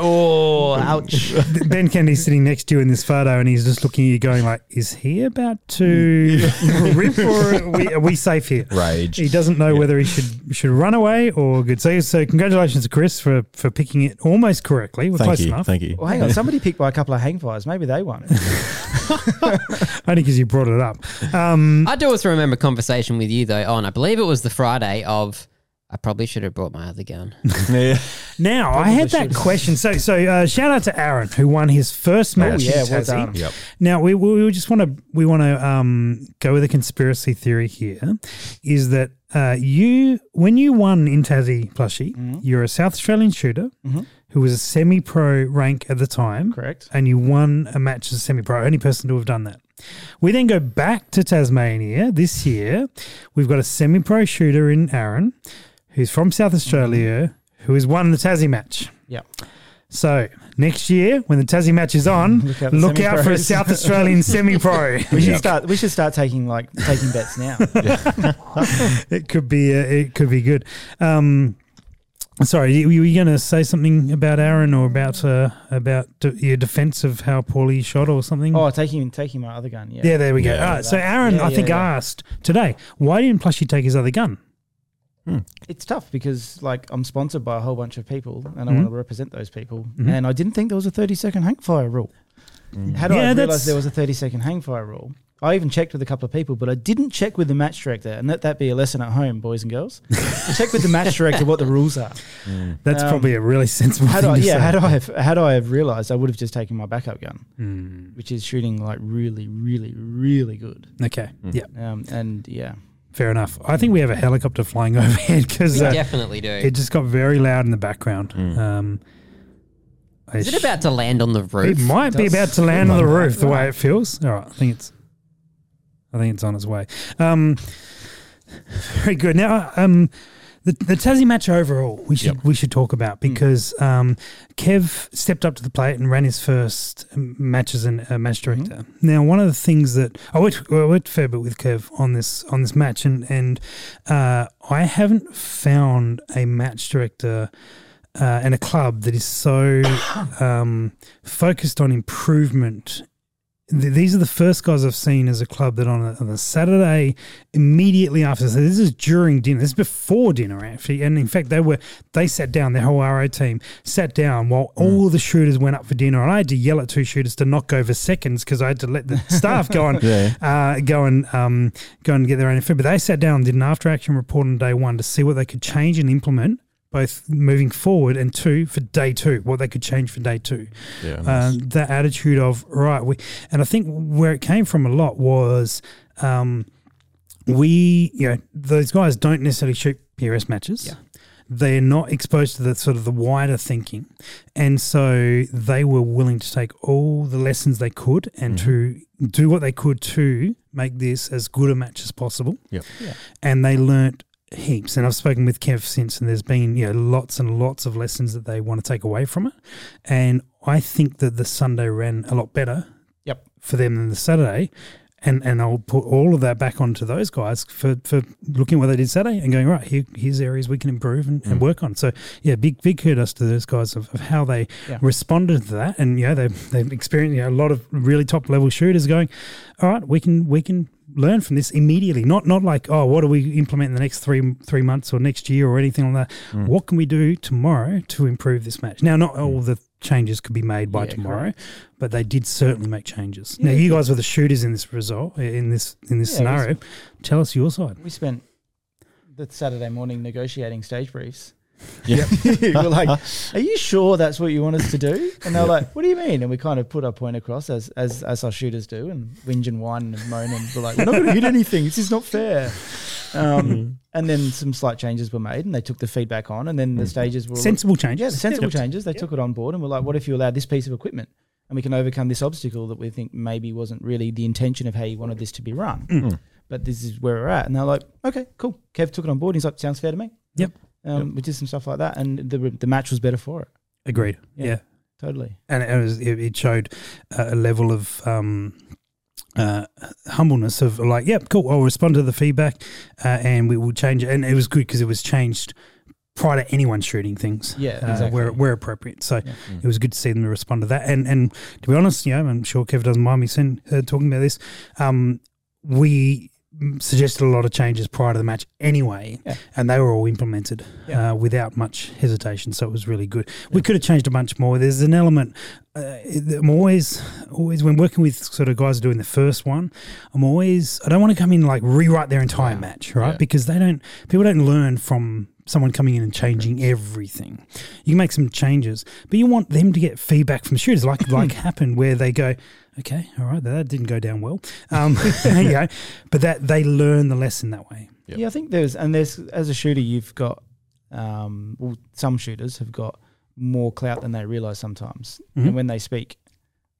Speaker 1: <laughs>
Speaker 3: oh, ouch.
Speaker 1: Ben Kennedy's sitting next to you in this photo, and he's just looking at you, going like, "Is he about to
Speaker 2: <laughs>
Speaker 1: rip, or are we, are we safe here?"
Speaker 2: Rage.
Speaker 1: He doesn't know whether he should should run away or good. So, so congratulations to Chris for for picking it almost correctly. We're
Speaker 2: Thank
Speaker 1: close
Speaker 2: you.
Speaker 1: enough.
Speaker 2: Thank you.
Speaker 3: Well, hang on. Somebody picked by a couple of hang fires. Maybe they won.
Speaker 1: Only because you brought it up.
Speaker 4: I do also remember a conversation with you though on I believe it was the Friday of I probably should have brought my other gun.
Speaker 2: Yeah.
Speaker 1: Now I had that question. So so uh, shout out to Aaron who won his first match.
Speaker 3: Oh, yeah,
Speaker 1: in
Speaker 3: well
Speaker 1: Tassie.
Speaker 3: done.
Speaker 2: Yep.
Speaker 1: Now we, we we just want to we want to um, go with a conspiracy theory here, is that uh, you when you won in Tassie plushie,
Speaker 3: Mm-hmm.
Speaker 1: you're a South Australian shooter who was a semi-pro rank at the time,
Speaker 3: Correct.
Speaker 1: And you won a match as a semi-pro, only person to have done that. We then go back to Tasmania this year. We've got a semi-pro shooter in Aaron, who's from South Australia, who has won the Tassie match.
Speaker 3: Yeah.
Speaker 1: So next year, when the Tassie match is
Speaker 3: <laughs>
Speaker 1: on, look
Speaker 3: Look
Speaker 1: out,
Speaker 3: out for
Speaker 1: for a
Speaker 3: semi-pros. <laughs>
Speaker 1: South Australian semi-pro.
Speaker 3: We should start. We should start taking like taking
Speaker 1: <laughs>
Speaker 3: bets now.
Speaker 1: It could be uh, it could be good. Um, sorry, you, you were going to say something about Aaron or about uh, about d- your defence of how poorly you shot or something?
Speaker 3: Oh, taking taking my other gun. Yeah.
Speaker 1: yeah, there we go.
Speaker 2: Yeah.
Speaker 1: All right, so Aaron,
Speaker 3: Yeah,
Speaker 1: I
Speaker 3: yeah,
Speaker 1: think
Speaker 3: yeah.
Speaker 1: asked today why didn't Plushie take his other
Speaker 3: <laughs>
Speaker 1: gun?
Speaker 3: It's tough because like I'm sponsored by a whole bunch of people, and
Speaker 1: Mm-hmm.
Speaker 3: I want to represent those people. And I didn't think there was a 30 second hang fire rule. Had
Speaker 1: Yeah,
Speaker 3: I
Speaker 1: that's-
Speaker 3: realised there was a 30 second hang fire rule, I even checked with a couple of people, but I didn't check with the match director. And let that be a lesson at home, boys and girls. check with
Speaker 1: <laughs>
Speaker 3: the match director what the rules are.
Speaker 1: That's
Speaker 3: Um,
Speaker 1: probably a really <laughs> sensible
Speaker 3: Had
Speaker 1: thing
Speaker 3: I,
Speaker 1: to
Speaker 3: yeah,
Speaker 1: say.
Speaker 3: had I have had I have realised, I would have just taken my backup gun,
Speaker 1: Hmm,
Speaker 3: which is shooting like really, really, really good.
Speaker 1: okay, yeah,
Speaker 3: Um, and yeah,
Speaker 1: fair enough. I think we have a helicopter flying <laughs> overhead because uh,
Speaker 4: Definitely do.
Speaker 1: it just got very loud in the background.
Speaker 3: Hmm.
Speaker 1: Um,
Speaker 4: Is it about to land on the
Speaker 1: It
Speaker 4: roof?
Speaker 1: might be
Speaker 3: Does-
Speaker 1: about to land on the roof the way it feels. All right, I think it's, I think it's on its way. Um, <sighs> very good. Now, um, the, the Tassie match overall, we should we should talk about because um, Kev stepped up to the plate and ran his first um, match as a uh, match director. Now, one of the things that I worked, I worked a fair bit with Kev on this on this match, and and uh, I haven't found a match director uh, and a club that is so um, focused on improvement. Th- These are the first guys I've seen as a club that on a, on a Saturday immediately after. So this is during dinner. This is before dinner actually, and in fact they were they sat down. Their whole RO team sat down while all the shooters went up for dinner, and I had to yell at two shooters to knock over seconds because I had to let the staff go on
Speaker 2: <laughs> Yeah.
Speaker 1: <laughs> uh, go and um, go and get their own food. But they sat down and did an after action report on day one to see what they could change and implement, both moving forward and two for day two, what they could change for day two.
Speaker 2: Yeah,
Speaker 1: Um, that attitude of right, we, and I think where it came from a lot was um, we, you know, those guys don't necessarily shoot PRS matches. they're not exposed to the sort of the wider thinking, and so they were willing to take all the lessons they could and to do what they could to make this as good a match as possible.
Speaker 2: Yep.
Speaker 3: Yeah.
Speaker 1: and they learnt heaps. And I've spoken with Kev since, and there's been you know lots and lots of lessons that they want to take away from it. And I think that the Sunday ran a lot better
Speaker 3: Yep.
Speaker 1: for them than the Saturday. And and I'll put all of that back onto those guys for, for looking at what they did Saturday and going, right, here, here's areas we can improve and,
Speaker 3: Mm.
Speaker 1: and work on. So, yeah, big, big kudos to those guys of, of how they
Speaker 3: Yeah.
Speaker 1: responded to that. And, you know, they've, they've experienced you know, a lot of really top level shooters going, all right, we can, we can learn from this immediately. Not, not like, oh, what do we implement in the next three, three months or next year or anything like that?
Speaker 2: Hmm.
Speaker 3: Hmm.
Speaker 1: What can we do tomorrow to improve this match? Now, not all the changes could be made by
Speaker 3: Hmm. Yeah,
Speaker 1: tomorrow,
Speaker 3: correct.
Speaker 1: but they did certainly make changes.
Speaker 3: Yeah,
Speaker 1: now, you
Speaker 3: yeah.
Speaker 1: guys were the shooters in this result, in this in this
Speaker 3: Yeah, it was-
Speaker 1: scenario. Tell us your side.
Speaker 3: We spent the Saturday morning negotiating stage briefs. <laughs>
Speaker 2: Yeah.
Speaker 3: we were like, "Are you sure that's what you want us to do?" And they're like, "What do you mean?" And we kind of put our point across as as, as our shooters do, and whinge and whine and moan, and we're like, "We're not going to hit anything. This is not fair." Um, and then some slight changes were made, and they took the feedback on, and then the stages were
Speaker 1: Sensible
Speaker 3: yeah, the
Speaker 1: changes.
Speaker 3: sensible changes. They took it on board and were like, what if you allow this piece of equipment and we can overcome this obstacle that we think maybe wasn't really the intention of how you wanted this to be run?
Speaker 2: Hmm.
Speaker 3: But this is where we're at. And they're like, okay, cool. Kev took it on board. He's like, sounds fair to me.
Speaker 1: Yep.
Speaker 3: Um, We did some stuff like that and the, the match was better for it.
Speaker 1: Agreed.
Speaker 3: Yeah.
Speaker 1: Yeah.
Speaker 3: Totally.
Speaker 1: And it, was, it, it showed a a level of um, uh, humbleness of like, yep, cool. I'll respond to the feedback uh, and we will change it. And it was good because it was changed prior to anyone shooting things.
Speaker 3: Yeah,
Speaker 1: uh,
Speaker 3: exactly.
Speaker 1: where where appropriate. So
Speaker 3: Yeah. mm.
Speaker 1: it was good to see them respond to that. And and to be honest, you know, I'm sure Kev doesn't mind me saying, uh, talking about this. Um, we suggested a lot of changes prior to the match anyway,
Speaker 3: Yeah.
Speaker 1: and they were all implemented
Speaker 3: Yeah.
Speaker 1: uh, without much hesitation. So it was really good. We could have changed a bunch more. There's an element. Uh, I'm always, always when working with sort of guys doing the first one, I'm always I don't want to come in and, like rewrite their entire
Speaker 4: Yeah.
Speaker 1: match, right?
Speaker 2: Yeah.
Speaker 1: Because they don't people don't learn from someone coming in and changing everything. You can make some changes, but you want them to get feedback from shooters,
Speaker 3: <clears throat>
Speaker 1: like like happened where they go, okay, all right, that didn't go down well, um, <laughs> you
Speaker 3: <laughs>
Speaker 1: know, but that they learn the lesson that way.
Speaker 2: Yep.
Speaker 3: Yeah, I think there's, and there's, as a shooter, you've got, um, well, some shooters have got more clout than they realize sometimes.
Speaker 1: Mhm.
Speaker 3: And when they speak,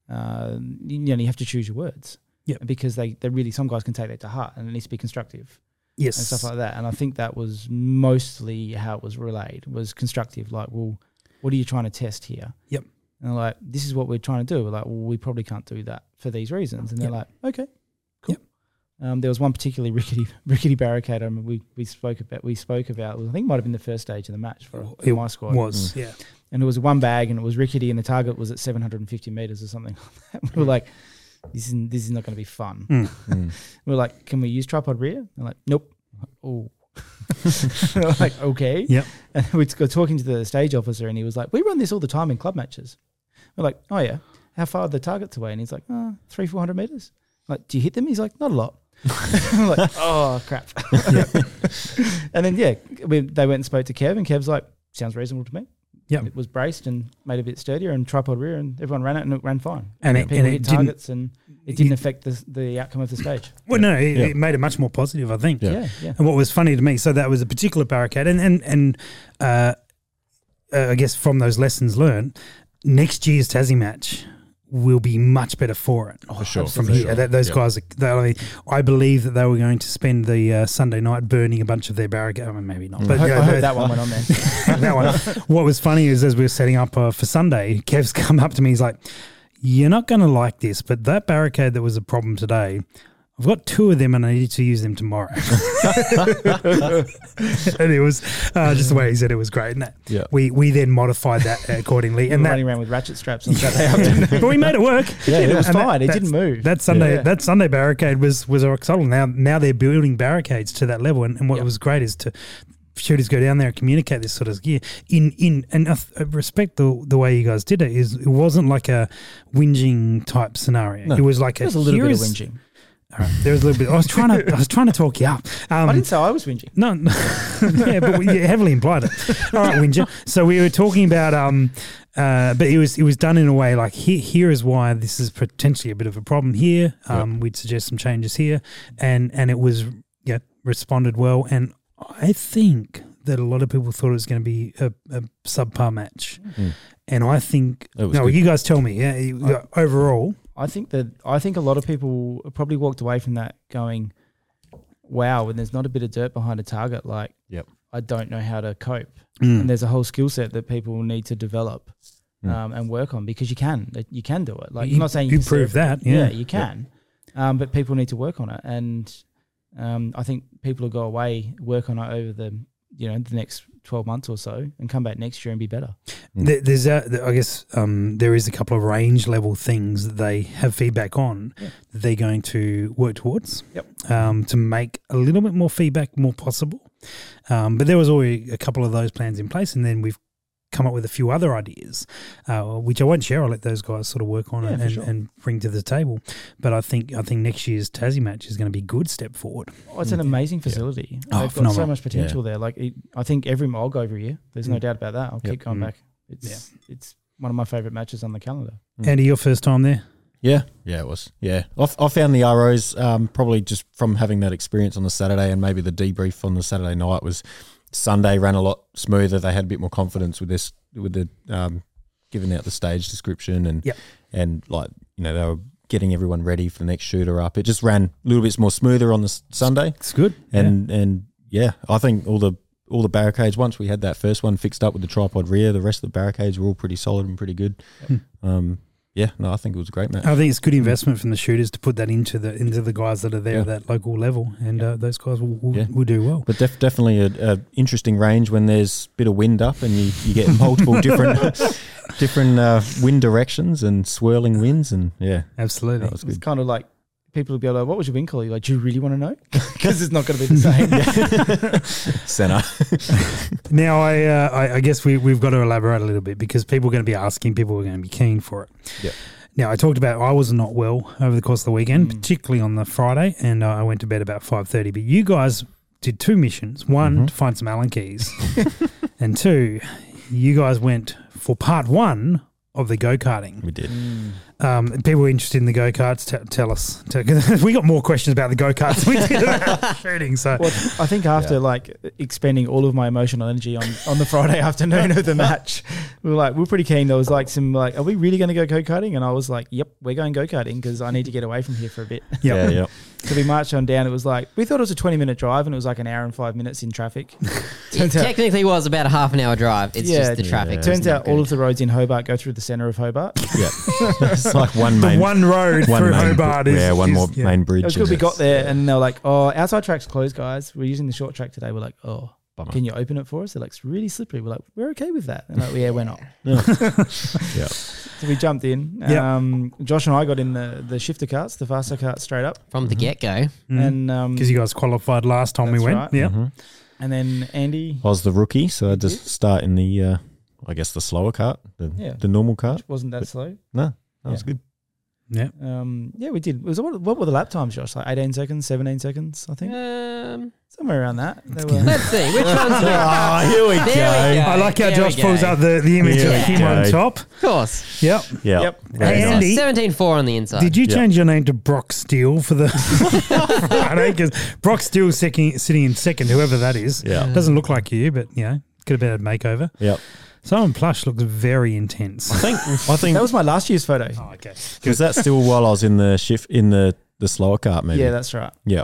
Speaker 3: uh, you, you know, you have to choose your words.
Speaker 1: Yep.
Speaker 3: Because they, they really, some guys can take that to heart and it needs to be constructive
Speaker 1: Yes,
Speaker 3: and stuff like that. And I think that was mostly how it was relayed was constructive. Like, well, what are you trying to test here?
Speaker 1: Yep.
Speaker 3: And they're like, this is what we're trying to do. We're like, well, we probably can't do that for these reasons. And they're like, okay, cool. Um, there was one particularly <laughs> rickety, rickety barricade. I remember we, we spoke about. We spoke about. I think it might have been the first stage of the match for, for
Speaker 1: Oh, It
Speaker 3: my squad.
Speaker 1: was
Speaker 2: Mm.
Speaker 1: yeah.
Speaker 3: And it was one bag, and it was rickety, and the target was at 750 meters or something. <laughs> like that. we were like, this is this is not going to be fun.
Speaker 1: Mm.
Speaker 2: Mm.
Speaker 3: We are like, can we use tripod rear? They're like, nope. <laughs> Oh. They're like, okay.
Speaker 1: Yep.
Speaker 3: And we were talking to the stage officer and he was like, we run this all the time in club matches. We're like, oh yeah. How far are the targets away? And he's like, uh, three, 400 meters. Like, do you hit them? He's like, not a lot. <laughs> I'm
Speaker 1: <laughs>
Speaker 3: like, oh crap. <laughs> and then, yeah, we, they went and spoke to Kev and Kev's like, sounds reasonable to me.
Speaker 1: Yep.
Speaker 3: It was braced and made a bit sturdier and tripod rear and everyone ran it and it ran fine.
Speaker 1: And it-
Speaker 3: people
Speaker 1: and it
Speaker 3: hit
Speaker 1: didn't-
Speaker 3: targets and it didn't affect the, the outcome of the stage.
Speaker 1: Well, no, it,
Speaker 2: Yeah.
Speaker 1: it made it much more positive, I think.
Speaker 2: Yeah.
Speaker 3: Yeah, yeah.
Speaker 1: And what was funny to me, so that was a particular barricade, and and and uh, uh, I guess from those lessons learned, next year's Tassie match will be much better for it.
Speaker 2: Oh, For sure.
Speaker 1: From here, that, those guys, are, they, only- I believe that they were going to spend the uh, Sunday night burning a bunch of their barricade. I mean, maybe
Speaker 2: Mm.
Speaker 1: not, but
Speaker 3: I hope,
Speaker 1: yeah,
Speaker 3: I hope
Speaker 1: they-
Speaker 3: that one went on there.
Speaker 1: that one. What was funny is as we were setting up uh, for Sunday, Kev's <laughs> come up to me. He's like, "You're not going to like this, but that barricade that was a problem today." I've got two of them and I need to use them tomorrow. <laughs> and it was uh, just the way he said it was great. And that
Speaker 2: Yeah.
Speaker 1: we we then modified that accordingly. <laughs>
Speaker 3: and
Speaker 1: And that
Speaker 3: running around with ratchet straps
Speaker 1: <laughs>
Speaker 3: on Saturday afternoon.
Speaker 1: but we made it work.
Speaker 3: <laughs> Yeah, it was
Speaker 1: And
Speaker 3: fine. It
Speaker 1: that's-
Speaker 3: didn't move.
Speaker 1: That Sunday,
Speaker 3: Yeah.
Speaker 1: that Sunday barricade was was rock solid. Now, now they're building barricades to that level, and, and what
Speaker 3: Yep.
Speaker 1: was great is to shooters go down there and communicate this sort of gear in in and I, th- I respect the the way you guys did it is it wasn't like a whinging type scenario. It was like a,
Speaker 3: There was a little
Speaker 1: here
Speaker 3: bit of
Speaker 1: is-
Speaker 3: whinging.
Speaker 1: All right, there was a little bit. I was trying to I was trying to talk you up. Um,
Speaker 3: I didn't say I was whinging.
Speaker 1: no, <laughs> no. yeah, but we yeah, heavily implied it.
Speaker 2: <laughs>
Speaker 1: All right, Winger. So we were talking about, um, uh, but it was it was done in a way like here here is why this is potentially a bit of a problem here. Um, we'd suggest some changes here, and and it was yeah responded well, and I think that a lot of people thought it was going to be a, a subpar match,
Speaker 2: Mm.
Speaker 1: and I think
Speaker 2: It
Speaker 1: no,
Speaker 2: was good.
Speaker 1: you guys tell me. Yeah, you-
Speaker 3: I-
Speaker 1: overall,
Speaker 3: I think that I think a lot of people probably walked away from that going, "Wow!" When there's not a bit of dirt behind a target, like,
Speaker 2: Yep.
Speaker 3: I don't know how to cope.
Speaker 1: Mm.
Speaker 3: And there's a whole skill set that people need to develop
Speaker 2: Mm.
Speaker 3: um, and work on because you can, that you can do it. Like,
Speaker 1: you,
Speaker 3: I'm not saying
Speaker 1: you
Speaker 3: can set
Speaker 1: prove that.
Speaker 3: every-
Speaker 1: Yeah,
Speaker 3: you can, um, but people need to work on it. And um, I think people will go away, work on it over the you know the next 12 months or so, and come back next year and be better.
Speaker 2: Mm.
Speaker 1: There- There's a, th- I guess um, there is a couple of range level things that they have feedback on
Speaker 3: Yeah.
Speaker 1: that they're going to work towards
Speaker 3: Yep.
Speaker 1: um, to make a little bit more feedback more possible. Um, but there was already a couple of those plans in place, and then we've come up with a few other ideas, uh, which I won't share. I'll let those guys sort of work on
Speaker 3: Yeah,
Speaker 1: it
Speaker 3: for
Speaker 1: and,
Speaker 3: sure.
Speaker 1: and bring to the table. But I think I think next year's Tassie match is going to be a good step forward.
Speaker 3: Oh, it's an amazing
Speaker 1: Mm.
Speaker 3: facility.
Speaker 1: Oh,
Speaker 3: They've got
Speaker 1: phenomenal.
Speaker 3: so much potential there. Like it, I think every I'll go every year. There's no
Speaker 1: Mm.
Speaker 3: doubt about that. I'll keep going
Speaker 1: Mm.
Speaker 3: back. It's it's one of my favorite matches on the calendar.
Speaker 2: Mm.
Speaker 1: Andy, your first time there?
Speaker 2: Yeah, yeah, it was. Yeah, I, f- I found the ROs um, probably just from having that experience on the Saturday and maybe the debrief on the Saturday night was Sunday ran a lot smoother. They had a bit more confidence with this with the um, giving out the stage description and
Speaker 1: Yep.
Speaker 2: and like you know they were getting everyone ready for the next shooter up. It just ran a little bit more smoother on the s- Sunday
Speaker 1: It's good.
Speaker 2: and and yeah, I think all the all the barricades. Once we had that first one fixed up with the tripod rear, the rest of the barricades were all pretty solid and pretty good.
Speaker 1: Hmm.
Speaker 2: Um, yeah, no, I think it was a great match.
Speaker 1: I think it's good investment from the shooters to put that into the into the guys that are there
Speaker 2: Yeah.
Speaker 1: at that local level, and uh, those guys will will,
Speaker 2: Yeah.
Speaker 1: will do well.
Speaker 2: But def- definitely a, a interesting range when there's a bit of wind up and you, you get
Speaker 1: <laughs>
Speaker 2: multiple different different uh, wind directions and swirling winds and yeah,
Speaker 1: Absolutely.
Speaker 2: that was
Speaker 3: It's
Speaker 2: good.
Speaker 3: kind of like people will be like, "What was your win call?" You're like, "Do you really want to know?" <laughs> Because it's not
Speaker 1: <laughs>
Speaker 3: going to be the <laughs> same.
Speaker 2: Center.
Speaker 1: Now, I, uh, I I guess we we've got to elaborate a little bit because people are going to be asking, people are going to be keen for it.
Speaker 2: Yeah.
Speaker 1: Now, I talked about I was not well over the course of the weekend,
Speaker 3: Mm.
Speaker 1: particularly on the Friday, and uh, I went to bed about five thirty. But you guys did two missions: one
Speaker 2: Mhm.
Speaker 1: to find some Allen keys, and two, you guys went for part one of the go karting.
Speaker 2: we did.
Speaker 1: Um, people interested in the go karts, t- tell us. T- 'cause <laughs> we got more questions about the go karts than we did about shooting. So
Speaker 3: Well, I think after like expending all of my emotional energy on, on the Friday <laughs> afternoon of the match, we were like, we are pretty keen. There was like some like, are we really going to go go karting? And I was like, yep, we're going go karting because I need to get away from here for a bit. <laughs>
Speaker 2: Yeah, yeah.
Speaker 3: So we marched on down. It was like we thought it was a twenty minute drive, and it was like an hour and five minutes in traffic.
Speaker 4: It
Speaker 3: Turns out,
Speaker 4: technically was about a half an hour drive. It's
Speaker 3: Yeah,
Speaker 4: just the
Speaker 3: yeah.
Speaker 4: traffic. was
Speaker 3: turns
Speaker 4: not
Speaker 3: out all
Speaker 4: good.
Speaker 3: of the roads in Hobart go through the centre of Hobart. It
Speaker 2: yeah. it's like one
Speaker 1: <laughs> the
Speaker 2: main
Speaker 1: one road
Speaker 2: one
Speaker 1: through
Speaker 2: main-
Speaker 1: Hobart is
Speaker 2: yeah, one
Speaker 1: is-
Speaker 2: more
Speaker 1: yeah.
Speaker 2: main bridge.
Speaker 3: was good. We
Speaker 2: and
Speaker 3: got
Speaker 2: it's-
Speaker 3: there, and they're like, "Oh, outside track's closed, guys. We're using the short track today." We're like, "Oh,
Speaker 2: Bummer.
Speaker 3: can you open it for us?" They're like, "It's really slippery." We're like, "We're okay with that." And like, "Yeah, we're not." <laughs>
Speaker 2: Yeah.
Speaker 3: So we jumped in.
Speaker 1: Yeah.
Speaker 3: Um, Josh and I got in the the shifter carts, the faster carts, straight up,
Speaker 4: from the get go.
Speaker 1: Mm.
Speaker 3: and um,
Speaker 1: Because Mm-hmm. you guys qualified last time we
Speaker 3: That's
Speaker 1: went.
Speaker 3: right.
Speaker 1: Yeah.
Speaker 2: Mhm.
Speaker 3: and then Andy
Speaker 2: I was the rookie, so I just start in the, uh, I guess, the slower cart, the,
Speaker 3: Yeah.
Speaker 2: the normal cart.
Speaker 3: wasn't that slow.
Speaker 2: That was good. Mm-hmm.
Speaker 3: Um, yeah, we did. It was what, what were the lap times, Josh? Like eighteen seconds, seventeen seconds, I think.
Speaker 4: Um,
Speaker 3: somewhere around that. They were,
Speaker 4: let's see which
Speaker 1: <laughs>
Speaker 4: ones. we-
Speaker 2: Ah, here we
Speaker 4: There we
Speaker 2: go.
Speaker 4: go.
Speaker 1: Oh, I like how
Speaker 4: There
Speaker 1: Josh
Speaker 4: we
Speaker 1: pulls
Speaker 4: go.
Speaker 1: out the, the image
Speaker 4: There
Speaker 1: of
Speaker 4: we
Speaker 1: him
Speaker 2: go.
Speaker 1: on top.
Speaker 4: Of course.
Speaker 1: Yep.
Speaker 2: Yeah.
Speaker 3: <laughs> Yep.
Speaker 2: Very
Speaker 1: Hey,
Speaker 2: nice.
Speaker 1: Andy.
Speaker 4: 17-4 on the inside.
Speaker 1: Did you
Speaker 2: Yeah.
Speaker 1: change your name to Brock Steele for the <laughs> Friday? Because Brock Steele's second, sitting in second, whoever that is.
Speaker 2: Yeah.
Speaker 1: Doesn't look like you, but you know, could have been a makeover.
Speaker 3: <laughs>
Speaker 2: Yep.
Speaker 1: Someone plush looks very intense.
Speaker 2: <laughs> I think I think
Speaker 3: that was my last year's photo.
Speaker 1: oh, okay.
Speaker 2: was that still while I was in the shift in the the slower cart maybe.
Speaker 3: yeah, that's right.
Speaker 2: yeah.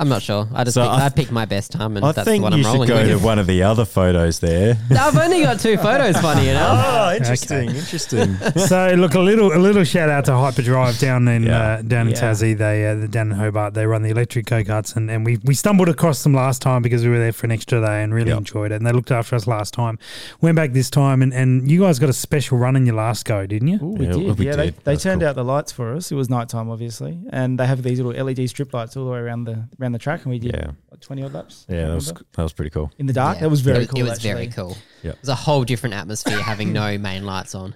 Speaker 4: I'm not sure. I just
Speaker 2: So
Speaker 4: picked,
Speaker 2: I
Speaker 4: I,
Speaker 2: th-
Speaker 4: picked my best time, and
Speaker 2: I
Speaker 4: that's the
Speaker 2: think
Speaker 4: one
Speaker 2: you
Speaker 4: I'm
Speaker 2: should
Speaker 4: rolling
Speaker 2: go to
Speaker 4: with.
Speaker 2: one of the other photos there.
Speaker 4: I've only got two photos.
Speaker 1: <laughs>
Speaker 4: Funny enough.
Speaker 2: oh,
Speaker 1: interesting,
Speaker 2: interesting.
Speaker 1: so look a little a little shout out to Hyperdrive down in
Speaker 2: Yeah.
Speaker 1: uh, down in
Speaker 3: Yeah.
Speaker 1: Tassie. They uh, they're down in Hobart. They run the electric go karts, and, and we we stumbled across them last time because we were there for an extra day and really
Speaker 2: Yep.
Speaker 1: enjoyed it. And they looked after us last time. Went back this time, and, and you guys got a special run in your last go, didn't you?
Speaker 3: Ooh, we
Speaker 2: Yeah,
Speaker 3: did.
Speaker 2: we
Speaker 3: yeah,
Speaker 2: did.
Speaker 3: they, they
Speaker 2: That's
Speaker 3: turned
Speaker 2: cool.
Speaker 3: out the lights for us. It was nighttime, obviously, and they have these little LED strip lights all the way around the around the track, and we did
Speaker 2: yeah.
Speaker 3: what, twenty odd laps.
Speaker 2: Yeah, that was
Speaker 3: Remember?
Speaker 2: that was pretty cool.
Speaker 3: in the dark.
Speaker 4: Yeah.
Speaker 3: That was very
Speaker 4: it, was-
Speaker 3: cool.
Speaker 4: It was
Speaker 3: actually.
Speaker 4: very cool.
Speaker 2: Yeah.
Speaker 4: It was a whole different atmosphere having no main lights on.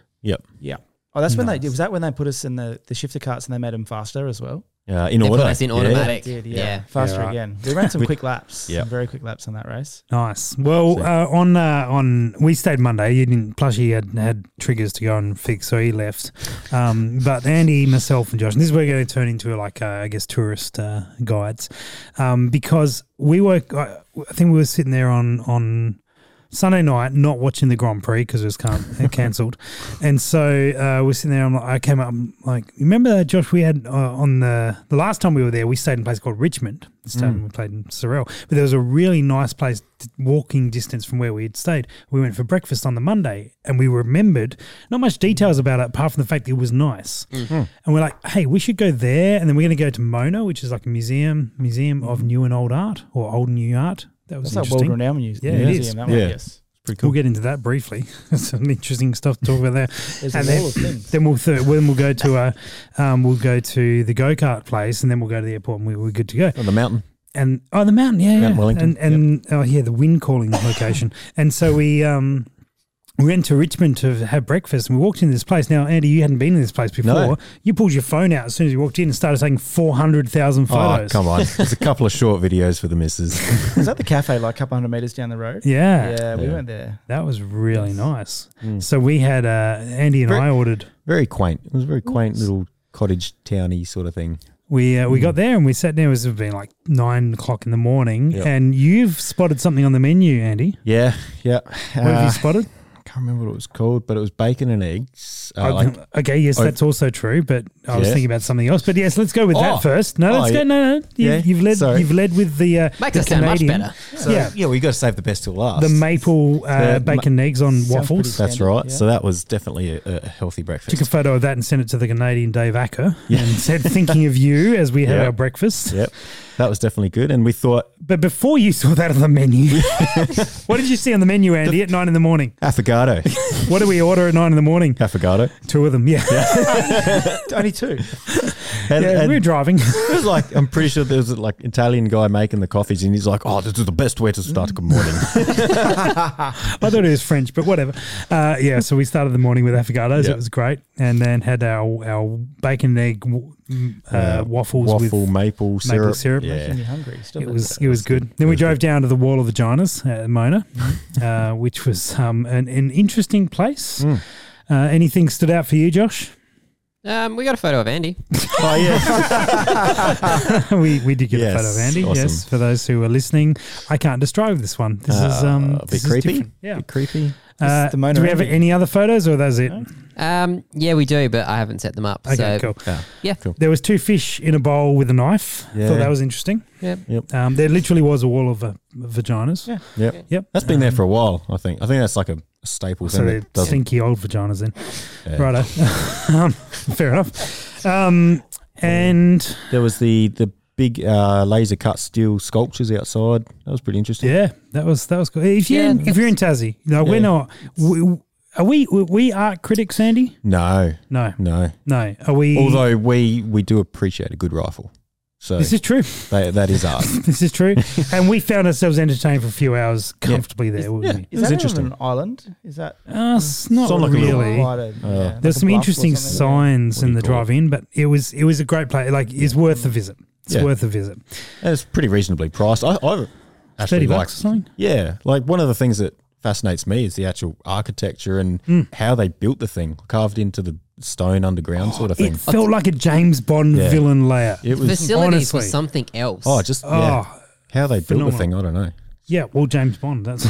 Speaker 3: Oh, that's when they did. Was that when they put us in the, the shifter carts and they made them faster as well?
Speaker 2: Uh, in
Speaker 4: They put
Speaker 2: order.
Speaker 4: us in
Speaker 2: Yeah.
Speaker 4: automatic.
Speaker 3: They did, yeah.
Speaker 4: Yeah.
Speaker 3: Faster
Speaker 1: Yeah, right.
Speaker 3: again. We ran
Speaker 2: <laughs>
Speaker 3: some
Speaker 2: We-
Speaker 3: quick laps.
Speaker 2: Yeah.
Speaker 3: some very quick laps on that race.
Speaker 1: Nice. Well,
Speaker 2: So-
Speaker 1: uh, on uh, on we stayed Monday. You didn't. Plushy had had triggers to go and fix, so he left. Um, but Andy, myself, and Josh, and this is where we're going to turn into like uh, I guess tourist uh, guides, um, because we were. I, I think we were sitting there on on Sunday night, not watching the Grand Prix because it was can- cancelled. And so uh, we're sitting there. I'm like, I came up. I'm like, remember Josh? We had uh, on the the last time we were there, we stayed in a place called Richmond. This time we played in Sorel, but there was a really nice place t- walking distance from where we had stayed. We went for breakfast on the Monday, and we remembered not much details about it apart from the fact that it was nice. And we're like, hey, we should go there, and then we're going to go to Mona, which is like a museum museum of new and old art or old and new art. That was
Speaker 3: That's like world
Speaker 1: interesting.
Speaker 3: renowned music.
Speaker 1: Yeah, it
Speaker 3: museum,
Speaker 1: is.
Speaker 3: That one,
Speaker 2: Yeah.
Speaker 3: Yes.
Speaker 2: Pretty cool.
Speaker 1: We'll get into that briefly. <laughs> Some interesting stuff to talk about there.
Speaker 3: There's
Speaker 1: And
Speaker 3: a
Speaker 1: then-
Speaker 3: wall
Speaker 2: <laughs>
Speaker 3: of things.
Speaker 1: Then we'll th- then we'll go to uh, um, we'll go to the go kart place, and then we'll go to the airport, and we, we're good to go.
Speaker 2: On the mountain.
Speaker 1: And oh, the mountain, yeah,
Speaker 2: Mount
Speaker 1: yeah.
Speaker 2: Wellington,
Speaker 1: and and oh yeah, the wind calling location. <laughs> and so we um we went to Richmond to have breakfast, and we walked into this place. Now, Andy, you hadn't been in this place before.
Speaker 2: No.
Speaker 1: You pulled your phone out as soon as you walked in and started taking four hundred thousand
Speaker 2: Oh,
Speaker 1: photos.
Speaker 2: come on. There's a couple of short videos for the missus.
Speaker 3: Is that the cafe like a couple hundred meters down the road?
Speaker 1: Yeah,
Speaker 3: Yeah, we
Speaker 2: Yeah.
Speaker 3: went there.
Speaker 1: that was really nice.
Speaker 2: Mm.
Speaker 1: So we had uh, Andy and
Speaker 2: Very-
Speaker 1: I ordered.
Speaker 2: Very quaint. It was a very quaint little cottage towny sort of thing.
Speaker 1: We uh, we
Speaker 2: Hmm.
Speaker 1: got there and we sat down. It was been like nine o'clock in the morning,
Speaker 2: Yep.
Speaker 1: and you've spotted something on the menu, Andy.
Speaker 2: Yeah, yeah.
Speaker 1: What have
Speaker 2: Uh,
Speaker 1: you
Speaker 2: <laughs>
Speaker 1: spotted?
Speaker 2: I can't remember what it was called, but it was bacon and eggs. Uh,
Speaker 1: Oh,
Speaker 2: like,
Speaker 1: <laughs> okay, yes,
Speaker 2: oh.
Speaker 1: that's also true, but I was
Speaker 2: Yeah.
Speaker 1: thinking about something else. But yes, let's go with
Speaker 2: Oh.
Speaker 1: that first. No,
Speaker 2: Oh,
Speaker 1: let's
Speaker 2: yeah.
Speaker 1: go. No, no, you,
Speaker 2: Yeah,
Speaker 1: you've led.
Speaker 2: sorry.
Speaker 1: You've led with the uh,
Speaker 4: Makes
Speaker 1: the
Speaker 4: us sound much
Speaker 1: Canadian-
Speaker 4: better.
Speaker 2: so,
Speaker 1: yeah.
Speaker 2: yeah, we got to save the best till last.
Speaker 1: The maple uh,
Speaker 2: The ma-
Speaker 1: bacon eggs on waffles.
Speaker 3: pretty
Speaker 2: That's
Speaker 3: standard,
Speaker 2: right.
Speaker 3: yeah.
Speaker 2: So that was definitely a, a healthy breakfast.
Speaker 1: Took a photo of that and sent it to the Canadian Dave Acker
Speaker 2: <laughs> Yeah.
Speaker 1: and said, "Thinking of you as we have
Speaker 2: Yeah.
Speaker 1: our breakfast."
Speaker 2: yep, that was definitely good. And we thought
Speaker 1: But before you saw that on the
Speaker 2: <laughs>
Speaker 1: menu, <laughs> what did you see on the menu, Andy, at nine in the morning?
Speaker 2: affogato,
Speaker 1: <laughs> What do we order at nine in the morning?
Speaker 2: affogato,
Speaker 1: Two of them, yeah.
Speaker 3: Only two.
Speaker 1: <laughs>
Speaker 2: and,
Speaker 1: Yeah,
Speaker 2: and
Speaker 1: we were driving. <laughs>
Speaker 2: it was like I'm pretty sure there was like Italian guy making the coffees, and he's like, "Oh, this is the best way to start a
Speaker 1: <laughs>
Speaker 2: good morning."
Speaker 1: I thought it was French, but whatever. Uh, yeah, so we started the morning with affogatos.
Speaker 2: Yeah.
Speaker 1: It was great, and then had our our bacon and egg w- m- uh,
Speaker 2: Yeah,
Speaker 1: waffles
Speaker 2: Waffle,
Speaker 1: with.
Speaker 2: maple syrup,
Speaker 1: syrup.
Speaker 2: Yeah.
Speaker 3: And you're hungry. Still
Speaker 1: It was it was good. Then we
Speaker 2: was Mm-hmm.
Speaker 1: drove down to the Wall of Vaginas at Mona, uh, which was um, an, an interesting place.
Speaker 2: Mm.
Speaker 1: Uh, anything stood out for you, Josh? <laughs>
Speaker 4: Um, we got a photo of Andy.
Speaker 2: Oh yeah, <laughs>
Speaker 1: we we did get a
Speaker 2: Yes,
Speaker 1: photo of Andy.
Speaker 2: awesome.
Speaker 1: Yes, for those who are listening, I can't describe this one. This is um
Speaker 2: Uh, a bit
Speaker 1: this is
Speaker 2: creepy.
Speaker 1: different. Yeah.
Speaker 2: Bit creepy.
Speaker 1: Uh,
Speaker 3: the Mona
Speaker 1: do we have
Speaker 3: Andy.
Speaker 1: any other photos, or that's it?
Speaker 4: Um, yeah, we do, but I haven't set them up.
Speaker 1: Okay,
Speaker 4: so
Speaker 1: cool.
Speaker 2: Ah,
Speaker 4: yeah,
Speaker 2: cool.
Speaker 1: There was two fish in a bowl with a knife.
Speaker 2: Yeah.
Speaker 1: Thought that was interesting.
Speaker 4: yeah.
Speaker 1: Um, there literally was a wall of uh, vaginas.
Speaker 3: Yeah.
Speaker 2: Yep.
Speaker 1: Yep.
Speaker 2: That's been there for a while, I think. I think that's like a staple
Speaker 1: So
Speaker 2: thing.
Speaker 1: they're
Speaker 2: that doesn't,
Speaker 1: stinky old vaginas then.
Speaker 2: yeah.
Speaker 1: Righto. <laughs> um, fair enough. Um, and
Speaker 2: There was the the big uh, laser cut steel sculptures outside. That was pretty interesting.
Speaker 1: yeah, that was that was cool. If you're
Speaker 4: Yeah,
Speaker 1: in, if you're in Tassie, no, we're
Speaker 2: Yeah.
Speaker 1: not. We, are we? Are we art critics, Andy?
Speaker 2: No,
Speaker 1: No,
Speaker 2: no.
Speaker 1: no. Are we?
Speaker 2: Although we we do appreciate a good rifle, so
Speaker 1: this is true. <laughs>
Speaker 2: they, that is art.
Speaker 1: This is
Speaker 2: <laughs>
Speaker 1: true. and we found ourselves entertained for a few hours comfortably there.
Speaker 2: yeah.
Speaker 1: wouldn't we?
Speaker 3: Is
Speaker 2: It was
Speaker 3: that
Speaker 2: interesting.
Speaker 3: interesting. an island? Is that
Speaker 1: Uh, s- not
Speaker 2: Sound like a little-
Speaker 1: really.
Speaker 3: Quite a-
Speaker 4: Oh.
Speaker 3: yeah, like a
Speaker 1: There's some
Speaker 3: bluff or
Speaker 1: interesting
Speaker 3: something?
Speaker 1: signs
Speaker 2: What do
Speaker 1: in
Speaker 2: you
Speaker 1: the
Speaker 2: call it?
Speaker 1: drive-in, but it was it was a great place. Like it's worth a visit. It's
Speaker 2: Yeah.
Speaker 1: worth a visit.
Speaker 2: And it's pretty reasonably priced. I, I
Speaker 1: Thirty
Speaker 2: actually like.
Speaker 1: bucks or something.
Speaker 2: Yeah, like one of the things that fascinates me is the actual architecture and
Speaker 1: Mm.
Speaker 2: how they built the thing, carved into the stone underground sort of thing.
Speaker 1: It felt like a James Bond
Speaker 2: Yeah.
Speaker 1: villain layout.
Speaker 2: It was
Speaker 4: Facilities
Speaker 1: honestly.
Speaker 4: was something else.
Speaker 2: oh, just yeah,
Speaker 1: Oh
Speaker 2: how they built
Speaker 1: phenomenal.
Speaker 2: the thing. I don't know.
Speaker 1: yeah, well James Bond.
Speaker 2: <laughs>
Speaker 1: That's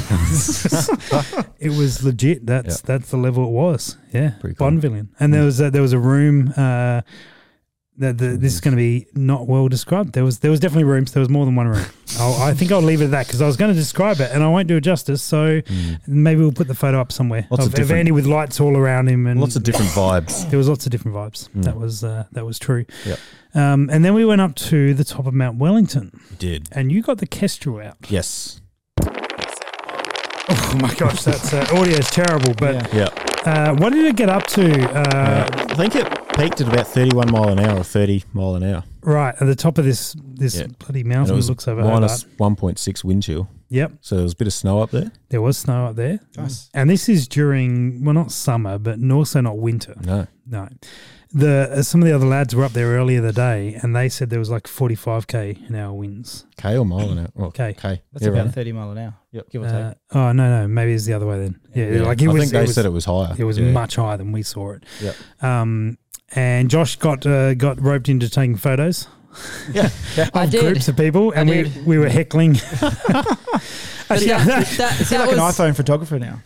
Speaker 1: <laughs> it was legit. That's
Speaker 2: Yeah.
Speaker 1: that's the level it was. Yeah,
Speaker 2: Pretty cool. Mm.
Speaker 1: Bond villain. And there was a, there was a room. Uh, that the, this is going to be not well described. There was there was definitely rooms. There was more than one
Speaker 2: <laughs>
Speaker 1: room. I'll, I think I'll leave it at that because I was going to describe it and I won't do it justice. So maybe we'll put the photo up somewhere
Speaker 2: Mm. Lots of
Speaker 1: of, of
Speaker 2: different-
Speaker 1: Andy with lights all around him and
Speaker 2: Lots of Mm. different
Speaker 1: <laughs>
Speaker 2: vibes.
Speaker 1: There was lots of different vibes. That was uh, that was true.
Speaker 2: Yep.
Speaker 1: Um, and then we went up to the top of Mount Wellington,
Speaker 2: You did
Speaker 1: and you got the Kestrel out.
Speaker 2: yes.
Speaker 1: Oh my gosh, that's uh, audio is terrible. But
Speaker 3: Yeah.
Speaker 2: Yeah.
Speaker 1: uh, what did it get up to? Uh,
Speaker 2: I think it peaked at about 31 mile an hour or 30 mile an hour.
Speaker 1: Right at the top of this this
Speaker 2: Yeah.
Speaker 1: bloody
Speaker 2: And
Speaker 1: mountain
Speaker 2: it
Speaker 1: that
Speaker 2: was
Speaker 1: looks over
Speaker 2: minus
Speaker 1: Hobart.
Speaker 2: 1.6 wind chill.
Speaker 1: Yep,
Speaker 2: So there was a bit of snow up there.
Speaker 1: there was snow up there,
Speaker 3: Nice.
Speaker 1: and this is during well, not summer, but also not winter.
Speaker 2: No.
Speaker 1: No, the uh, some of the other lads were up there earlier the day, and they said there was like forty five k an hour winds.
Speaker 2: K or mile an hour? Well,
Speaker 1: K.
Speaker 2: K.
Speaker 3: That's
Speaker 2: Yeah,
Speaker 3: about
Speaker 2: right.
Speaker 3: 30 mile an hour.
Speaker 2: Yep.
Speaker 3: Give or take.
Speaker 1: Uh, oh no, no, maybe it's the other way then. Yeah,
Speaker 2: Yeah.
Speaker 1: like it
Speaker 2: I
Speaker 1: was.
Speaker 2: think they
Speaker 1: it was,
Speaker 2: said it was higher.
Speaker 1: it was
Speaker 2: Yeah.
Speaker 4: <laughs>
Speaker 1: much higher than we saw it.
Speaker 2: Yep.
Speaker 1: Um, and Josh got uh, got roped into taking photos.
Speaker 4: I
Speaker 1: of
Speaker 4: did.
Speaker 1: groups of people, and we,
Speaker 4: did.
Speaker 1: we were
Speaker 4: <laughs>
Speaker 1: heckling. <laughs>
Speaker 4: But
Speaker 1: Actually,
Speaker 4: that,
Speaker 1: <laughs> yeah,
Speaker 4: that- that
Speaker 3: like
Speaker 4: was,
Speaker 3: an iPhone photographer now. <laughs>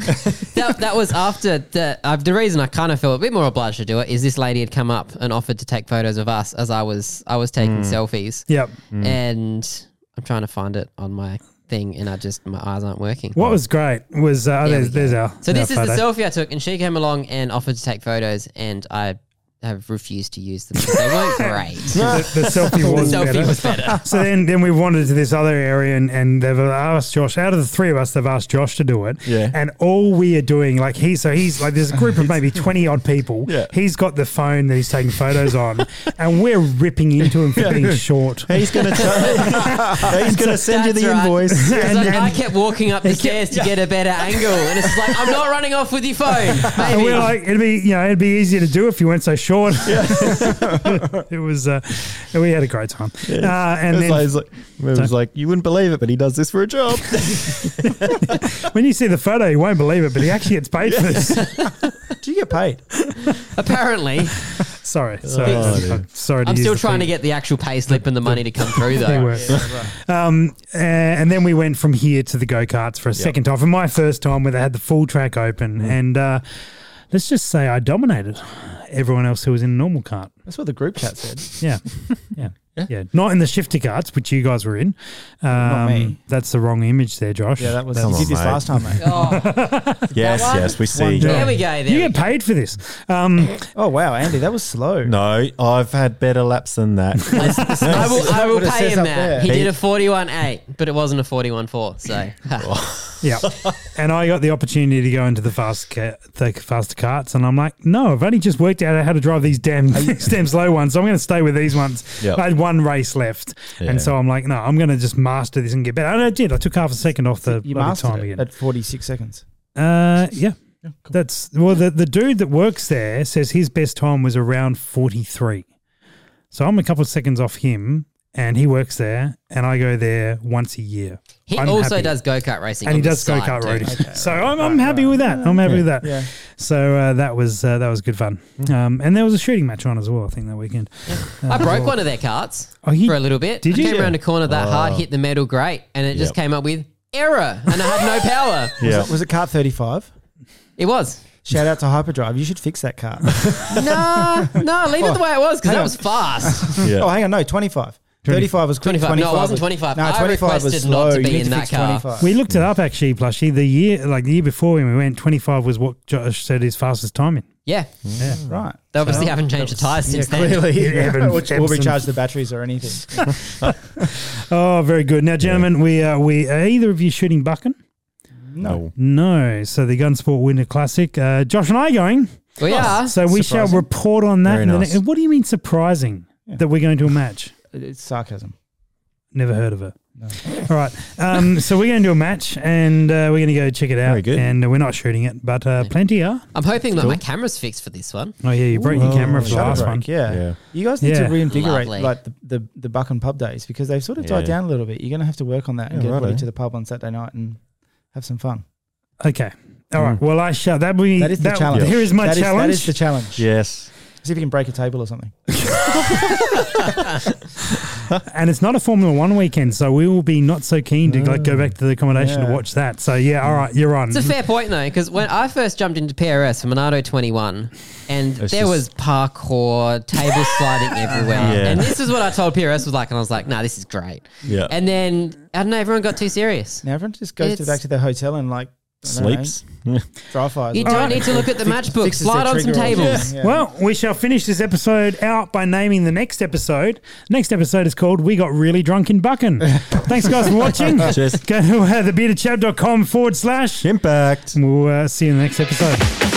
Speaker 4: that, that was after the, uh, the reason I kind of feel a bit more obliged to do it is this lady had come up and offered to take photos of us as I was I was taking selfies
Speaker 1: yep.
Speaker 4: and I'm trying to find it on my thing and I just my eyes aren't working.
Speaker 1: What was great was uh,
Speaker 4: There
Speaker 1: there's,
Speaker 4: we go.
Speaker 1: there's our
Speaker 4: So this is
Speaker 1: our
Speaker 4: the
Speaker 1: photo.
Speaker 4: selfie I took and she came along and offered to take photos and I have refused to use them because they weren't great.
Speaker 1: the, the
Speaker 4: <laughs>
Speaker 1: selfie was
Speaker 4: selfie
Speaker 1: better.
Speaker 4: was better.
Speaker 1: <laughs> So then, then we wandered to this other area, and, and they've asked Josh. Out of the three of us, they've asked Josh to do it.
Speaker 2: Yeah.
Speaker 1: And all we are doing, like he, so he's like, there's a group
Speaker 2: <laughs>
Speaker 1: of maybe twenty odd people.
Speaker 2: Yeah.
Speaker 1: He's got the phone that he's taking photos
Speaker 2: <laughs>
Speaker 1: on, and we're ripping into him for being short.
Speaker 2: He's gonna. <laughs> he's gonna send you the
Speaker 4: That's right. <laughs>
Speaker 2: invoice. <laughs>
Speaker 4: It's
Speaker 1: And-
Speaker 4: like
Speaker 1: and-
Speaker 4: I kept walking up the stairs to get a better angle, and it's like I'm not running off with your phone.
Speaker 1: And
Speaker 4: Maybe.
Speaker 1: we're like, it'd be you know, it'd be easier to do if you weren't so short. <laughs> it was, uh, we had a great time. Uh, and
Speaker 2: It's
Speaker 1: then
Speaker 2: like, it's like- it was like you wouldn't believe it, but he does this for a
Speaker 4: <laughs>
Speaker 2: job.
Speaker 1: when you see the photo, you won't believe it, but he actually gets paid for this. <laughs>
Speaker 3: Do you get paid?
Speaker 4: Apparently,
Speaker 1: sorry, sorry,
Speaker 2: Oh,
Speaker 1: I'm,
Speaker 2: dear.
Speaker 1: I'm sorry. To
Speaker 4: I'm
Speaker 1: use
Speaker 4: still
Speaker 1: the
Speaker 4: trying to
Speaker 1: thing.
Speaker 4: get the actual pay slip and the money to come through
Speaker 1: They <laughs>
Speaker 4: though.
Speaker 1: were. Um, uh, and then we went from here to the go karts for a second time, for my first time where they had the full track open.
Speaker 2: Mm.
Speaker 1: And uh, let's just say I dominated everyone else who was in a normal cart.
Speaker 3: That's what the group chat said. <laughs>
Speaker 1: Yeah. Yeah. Yeah. Not in the shifter carts, which you guys were in. Um,
Speaker 3: me.
Speaker 1: That's the wrong image there, Josh.
Speaker 3: Yeah, that was.
Speaker 2: Come
Speaker 3: you did
Speaker 2: on,
Speaker 3: this
Speaker 2: mate.
Speaker 3: last time, mate.
Speaker 4: <laughs> Oh,
Speaker 2: yes,
Speaker 4: one?
Speaker 2: yes, we see.
Speaker 1: job.
Speaker 4: there we go. There
Speaker 1: you
Speaker 4: we
Speaker 1: get
Speaker 4: go.
Speaker 1: paid for this. Um,
Speaker 3: <laughs> Oh wow, Andy, that was slow.
Speaker 2: No, I've had better laps than that.
Speaker 4: <laughs> I will, I will
Speaker 3: That's what it
Speaker 4: pay
Speaker 3: says
Speaker 4: him
Speaker 3: up
Speaker 4: that.
Speaker 3: there.
Speaker 4: He
Speaker 2: He-
Speaker 4: did a 41.8, but it wasn't a 41.4. So, ha.
Speaker 1: yeah. and I got the opportunity to go into the fast ca- the faster carts, and I'm like, no, I've only just worked out how to drive these damn these <laughs> damn slow ones, so I'm going to stay with these ones.
Speaker 2: Yep.
Speaker 1: I had one race left,
Speaker 2: Yeah.
Speaker 1: and so I'm like, no, I'm going to just master this and get better. And I did. I took half a second off the
Speaker 3: you
Speaker 1: bloody
Speaker 3: mastered
Speaker 1: time
Speaker 3: it
Speaker 1: again.
Speaker 3: at 46 seconds.
Speaker 1: Uh, yeah. That's well. The, the dude that works there says his best time was around forty three, so I'm a couple of seconds off him, and he works there, and I go there once a year,
Speaker 4: <laughs> he
Speaker 1: I'm
Speaker 4: also
Speaker 1: happy.
Speaker 4: does go kart racing.
Speaker 1: and he
Speaker 4: on the
Speaker 1: does go
Speaker 4: side,
Speaker 1: kart
Speaker 4: too.
Speaker 1: riding. so I'm, I'm happy with that. I'm happy with that.
Speaker 3: Yeah. Mm.
Speaker 1: So uh, that was uh, that was good fun. Um, and there was a shooting match on as well. I think that weekend.
Speaker 4: I broke one of their carts
Speaker 1: Oh, you-
Speaker 4: for a little bit.
Speaker 1: did
Speaker 4: I
Speaker 1: you? Oh.
Speaker 4: came
Speaker 1: Yeah.
Speaker 4: around a corner that hard, hit the metal grate, and it just
Speaker 2: Yep.
Speaker 4: came up with error, and I had no
Speaker 1: <laughs>
Speaker 4: power.
Speaker 2: <laughs> yeah.
Speaker 3: Was it cart 35?
Speaker 4: It was.
Speaker 3: Shout out to Hyperdrive. You should fix that cart.
Speaker 4: No, no, leave it the way it was because that
Speaker 3: hang
Speaker 4: was fast.
Speaker 2: Yeah.
Speaker 3: Oh, hang on, no, 25. 35 was quick.
Speaker 4: 25. No, it wasn't 25. I
Speaker 3: No, 25 was
Speaker 4: requested not
Speaker 3: slow.
Speaker 4: to
Speaker 3: You
Speaker 4: be
Speaker 3: need
Speaker 4: in
Speaker 3: to
Speaker 4: that
Speaker 3: fix
Speaker 4: car.
Speaker 3: 25.
Speaker 1: We looked it up actually, Plushy. The year like the year before when we went, 25 was what Josh said his fastest time in.
Speaker 4: Yeah,
Speaker 3: Mm. right.
Speaker 4: they obviously haven't changed the tires since then.
Speaker 1: Yeah,
Speaker 3: <laughs>
Speaker 1: Evan-
Speaker 3: Or
Speaker 1: Evan-
Speaker 3: recharge the batteries or anything.
Speaker 1: Oh, very good. Now, gentlemen, we uh, we are either of you shooting bucking?
Speaker 4: oh,
Speaker 2: No.
Speaker 1: No. So the Gunsport Winter Classic. Uh, Josh and I are going.
Speaker 4: We
Speaker 3: Oh,
Speaker 4: are.
Speaker 1: So we shall
Speaker 2: Surprising.
Speaker 1: report on that.
Speaker 2: Very
Speaker 1: in the
Speaker 2: nice.
Speaker 1: ne- what do you mean surprising that we're going to a
Speaker 3: <laughs>
Speaker 1: match?
Speaker 3: It's sarcasm.
Speaker 1: Never heard of it. All right.
Speaker 3: <laughs>
Speaker 1: Um, so we're going to do a match and uh, we're going to go check it out.
Speaker 2: Very good.
Speaker 1: And we're not shooting it, but uh, plenty are.
Speaker 4: I'm hoping that my camera's fixed for this one.
Speaker 1: Oh, yeah. You broke your camera for the
Speaker 3: Shutter
Speaker 1: last
Speaker 3: break,
Speaker 1: one.
Speaker 3: Yeah.
Speaker 2: Yeah.
Speaker 3: You guys need
Speaker 1: Yeah.
Speaker 3: to reinvigorate
Speaker 4: Lovely.
Speaker 3: like the, the, the Buck and Pub days because they've sort of died
Speaker 2: Yeah.
Speaker 3: down a little bit. You're going to have to work on that and
Speaker 2: Yeah,
Speaker 3: get everybody
Speaker 2: righto.
Speaker 3: to the pub on Saturday night and have some fun.
Speaker 1: Okay. All right. Well, I shall. That be
Speaker 3: Mm. That is the
Speaker 1: that-
Speaker 3: challenge.
Speaker 1: Here is my
Speaker 3: That
Speaker 1: challenge.
Speaker 3: that is the challenge.
Speaker 2: Yes.
Speaker 3: See if you can break a table or something.
Speaker 1: and it's not a Formula One weekend, so we will be not so keen to like go back to the accommodation to
Speaker 3: Yeah.
Speaker 1: watch that. So yeah, all right, you're on.
Speaker 4: It's a fair point though, because when I first jumped into PRS for Monado 21, and there
Speaker 2: just-
Speaker 4: was parkour, table
Speaker 2: <laughs>
Speaker 4: sliding everywhere,
Speaker 2: Yeah.
Speaker 4: and this is what I told PRS was like, and I was like, "Nah, this is great."
Speaker 2: Yeah.
Speaker 4: And then I don't know, everyone got too serious.
Speaker 3: Now everyone just goes to
Speaker 4: It's-
Speaker 3: back to their hotel and like I don't know,
Speaker 2: Sleeps. <laughs>
Speaker 3: dry fires.
Speaker 4: You
Speaker 3: or
Speaker 4: don't
Speaker 3: something.
Speaker 4: need to look at the match book.
Speaker 3: Fixes their
Speaker 4: Slide on some
Speaker 3: trigger or something.
Speaker 4: tables.
Speaker 3: Yeah.
Speaker 1: Well, we shall finish this episode out by naming the next episode. Next episode is called We Got Really Drunk in
Speaker 3: <laughs>
Speaker 1: Buckin. Thanks, guys, for watching. Go to
Speaker 2: Cheers.
Speaker 1: uh, thebeardedchap.com forward slash.
Speaker 2: Impact.
Speaker 1: We'll uh, see you in the next episode.